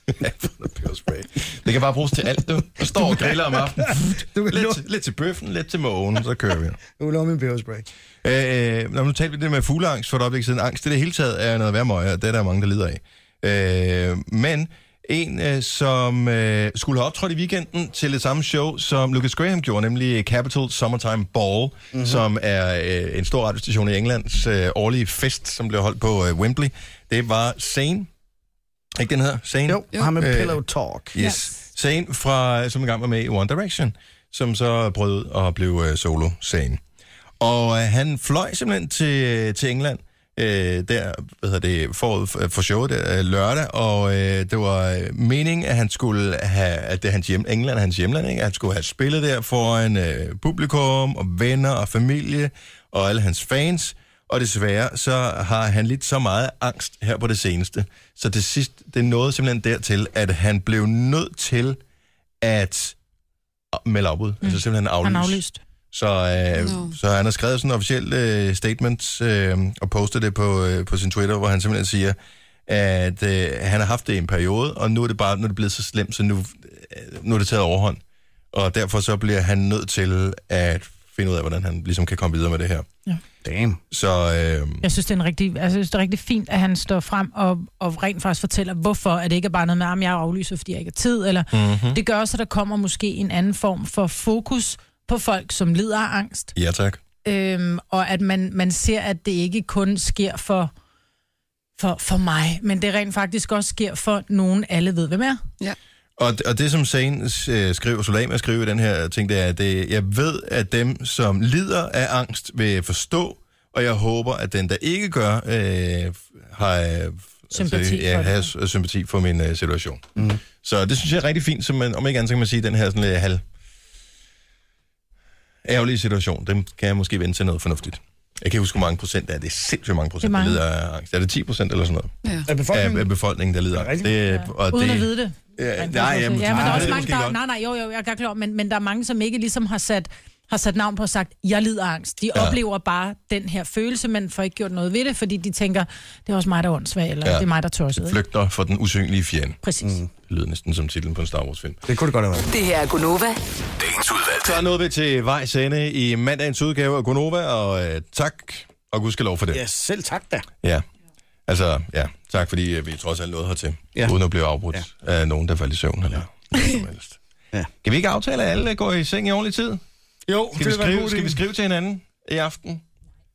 Speaker 1: ja, noget peberspray. det kan bare bruges til alt, du. Du står og griller om aftenen.
Speaker 2: Du kan
Speaker 1: Lidt,
Speaker 2: låne-
Speaker 1: til- lidt til bøffen, lidt til mågen, så kører vi.
Speaker 2: Du lov min peberspray.
Speaker 1: Øh, når nu talte vi det med fugleangst for et øjeblik siden. Angst, det er det hele taget er noget værd møg, og det er der mange, der lider af. Øh, men en, øh, som øh, skulle have optrådt i weekenden til det samme show, som Lucas Graham gjorde, nemlig Capital Summertime Ball, mm-hmm. som er øh, en stor radiostation i Englands øh, årlige fest, som blev holdt på øh, Wembley. Det var Zane. Ikke den hedder? Zane?
Speaker 2: Jo, ham med
Speaker 1: Øh,
Speaker 2: pillow talk.
Speaker 1: Yes. yes. Zane, fra, som engang var med i One Direction, som så brød ud og blev øh, solo Zane. Og øh, han fløj simpelthen til, til England øh, der, hvad hedder det, forud for- for showet der, øh, lørdag, og øh, det var øh, meningen, at han skulle have, at det er hans hjem, England er hans hjemland, ikke? at han skulle have spillet der foran øh, publikum og venner og familie og alle hans fans, og desværre så har han lidt så meget angst her på det seneste. Så til sidst, det nåede simpelthen dertil, at han blev nødt til at melde afbud. Mm. Altså simpelthen aflyse.
Speaker 4: Han er aflyst.
Speaker 1: Så, øh,
Speaker 3: Nå.
Speaker 1: så han har skrevet sådan en officiel øh, statement øh, og postet det på, øh, på sin Twitter, hvor han simpelthen siger, at øh, han har haft det i en periode, og nu er det bare nu er det blevet så slemt, så nu, øh, nu er det taget overhånd. Og derfor så bliver han nødt til at finde ud af, hvordan han ligesom kan komme videre med det her.
Speaker 2: Damn.
Speaker 1: Så øh,
Speaker 4: Jeg synes, det er, en rigtig, altså, jeg synes, det er rigtig fint, at han står frem og, og rent faktisk fortæller, hvorfor at det ikke er bare noget med, at jeg aflyser, fordi jeg ikke har tid. Eller,
Speaker 1: Mhm.
Speaker 4: mm-hmm. Det gør også, at der kommer måske en anden form for fokus på folk, som lider af angst.
Speaker 1: ja tak.
Speaker 4: øhm, og at man, man ser, at det ikke kun sker for, for, for mig, men det rent faktisk også sker for nogen, alle ved, hvem er.
Speaker 3: Ja.
Speaker 1: Og, og det, som Zane øh, skriver, Solama skriver i den her ting, det er, at det, jeg ved, at dem, som lider af angst, vil forstå, og jeg håber, at den, der ikke gør, øh, har øh,
Speaker 11: Sympati for
Speaker 1: ja,
Speaker 11: det.
Speaker 1: har s- sympati for min øh, situation. Mm. Så det synes jeg er rigtig fint, som man, om ikke andet, så kan man sige, den her sådan lidt halv ærgerlige situation, den kan jeg måske vende til noget fornuftigt. Jeg kan ikke huske, hvor mange procent det er. Det er sindssygt mange procent, der
Speaker 4: mange.
Speaker 1: lider af angst. Er det 10 procent eller sådan noget?
Speaker 4: Ja.
Speaker 2: Af
Speaker 1: Af, af befolkningen, der lider af angst. Det, og
Speaker 4: Uden
Speaker 1: det,
Speaker 4: at vide det.
Speaker 1: Ja,
Speaker 4: Rent
Speaker 1: nej,
Speaker 4: faktisk.
Speaker 1: jamen,
Speaker 4: ja, men der er
Speaker 1: nej, det
Speaker 4: også
Speaker 1: er
Speaker 4: mange,
Speaker 1: måske
Speaker 4: der,
Speaker 1: godt.
Speaker 4: nej, nej, jo, jo, jeg er godt klar, men, men der er mange, som ikke ligesom har sat, har sat navn på og sagt, jeg lider af angst. De
Speaker 1: Ja.
Speaker 4: ja. oplever bare den her følelse, men får ikke gjort noget ved det, fordi de tænker, det er også mig, der er åndssvag, eller
Speaker 1: Ja.
Speaker 4: ja. det er mig, der er tosset. ikke?
Speaker 1: Flygter fra den usynlige fjende.
Speaker 4: Præcis. Mm.
Speaker 1: Det lyder næsten som titlen på en Star Wars-film.
Speaker 2: øh, Det kunne det godt have været.
Speaker 8: Det her er Gunova.
Speaker 1: Dagens udvalg. Så nåede vi til vejs ende i mandagens udgave af Gonova, og øh, tak, og gudskelov for det.
Speaker 2: Ja, selv tak da.
Speaker 1: Ja. Altså, ja, tak fordi øh, vi trods alt nåede hertil, ja. uden at blive afbrudt ja. af nogen, der faldt i søvn eller noget som helst. Ja. Kan vi ikke aftale, at alle går i seng i ordentlig tid?
Speaker 2: Jo,
Speaker 1: skal vi, skrive, skal vi skrive til hinanden i aften?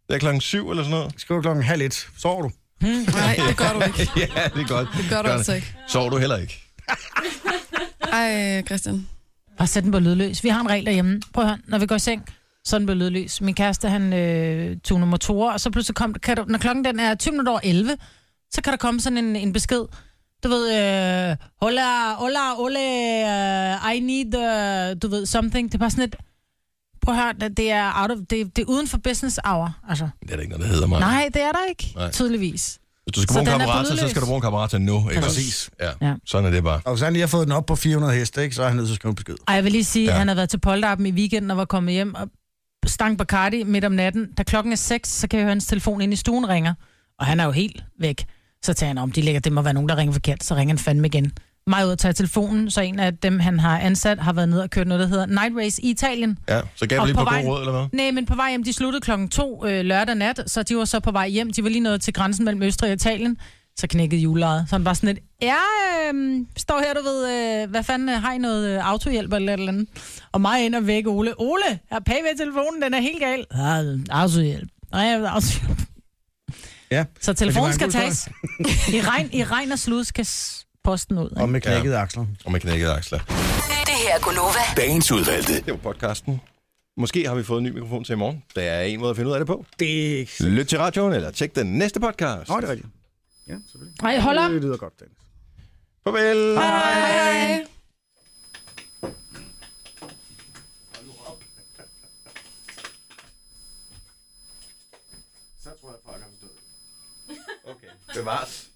Speaker 1: Det er klokken syv eller sådan noget?
Speaker 2: Skriv klokken halv et. Sover du?
Speaker 3: Nej, det gør du ikke.
Speaker 1: ja, det er godt.
Speaker 3: Det gør du altså ikke.
Speaker 1: Sover du heller ikke?
Speaker 3: Ej, Christian.
Speaker 4: Bare sæt den på lydløs. Vi har en regel derhjemme. Prøv at høre, når vi går i seng, så er den på lydløs. Min kæreste, han øh, tuner motorer, og så pludselig kom, kan du, når klokken den er 20 minutter over 11, så kan der komme sådan en, en besked. Du ved, øh, hola, hola, ole, uh, I need, uh, du ved, something. Det er bare sådan et, prøv at høre, det- det er, out of, det, det er uden for business hour, altså.
Speaker 1: Det er der ikke noget, der hedder mig.
Speaker 4: Nej, det er der ikke,
Speaker 1: Nej.
Speaker 4: Nej. tydeligvis.
Speaker 1: Hvis du skal
Speaker 4: Så
Speaker 1: bruge en
Speaker 4: den er på
Speaker 1: karburator, så
Speaker 4: lydløs.
Speaker 1: skal du bruge en karburator nu. Ikke?
Speaker 2: Præcis.
Speaker 1: Ja.
Speaker 4: Ja.
Speaker 1: Sådan er det bare.
Speaker 2: Og hvis han lige har fået den op på 400 heste, ikke, så er han nødt til at skrive en besked.
Speaker 4: Ej, jeg vil lige sige,
Speaker 2: Ja.
Speaker 4: ja. at han havde været til Polterappen i weekenden og var kommet hjem og stank Bacardi midt om natten. Da klokken er 6, så kan jeg høre hans telefon ind i stuen ringer, og han er jo helt væk. Så tager han om, de ligger, det må være nogen, der ringer forkert, så ringer han fandme igen. Meget ud at tage telefonen, så en af dem, han har ansat, har været ned og kørt noget, der hedder Night Race i Italien.
Speaker 1: Ja, så gav vi
Speaker 4: Og
Speaker 1: lige på, på
Speaker 4: vejen-
Speaker 1: god råd, eller hvad?
Speaker 4: Nej, men på vej hjem, de sluttede klokken to øh, lørdag nat, så de var så på vej hjem. De var lige nået til grænsen mellem Østrig og Italien, så knækkede julelejet. Så han var sådan lidt, ja, øh, står her, du ved, øh, hvad fanden, øh, har I noget øh, autohjælp eller et eller andet? Og mig ind og vække Ole. Ole, er pay ved telefonen, den er helt gal. Ja, øh, autohjælp. Nej, jeg vil autohjælp.
Speaker 2: Ja.
Speaker 4: Så
Speaker 2: Men
Speaker 4: telefonen
Speaker 2: det var en
Speaker 4: skal
Speaker 2: god
Speaker 4: tages. I regn, I regn og slud skal s- posten ud.
Speaker 2: Og med knækkede ja. aksler.
Speaker 1: Og med knækkede aksler.
Speaker 8: Det her er Gunova.
Speaker 1: Dagens udvalgte. Det var podcasten. Måske har vi fået en ny mikrofon til i morgen. Der er en måde at finde ud af det på.
Speaker 2: Det er ikke
Speaker 1: Lyt til radioen, eller tjek den næste podcast.
Speaker 7: Nå, det er rigtigt. Ja, selvfølgelig.
Speaker 4: Nej, hold op.
Speaker 7: Det lyder godt, Dennis.
Speaker 1: Farvel.
Speaker 3: Hej.
Speaker 1: Bevares.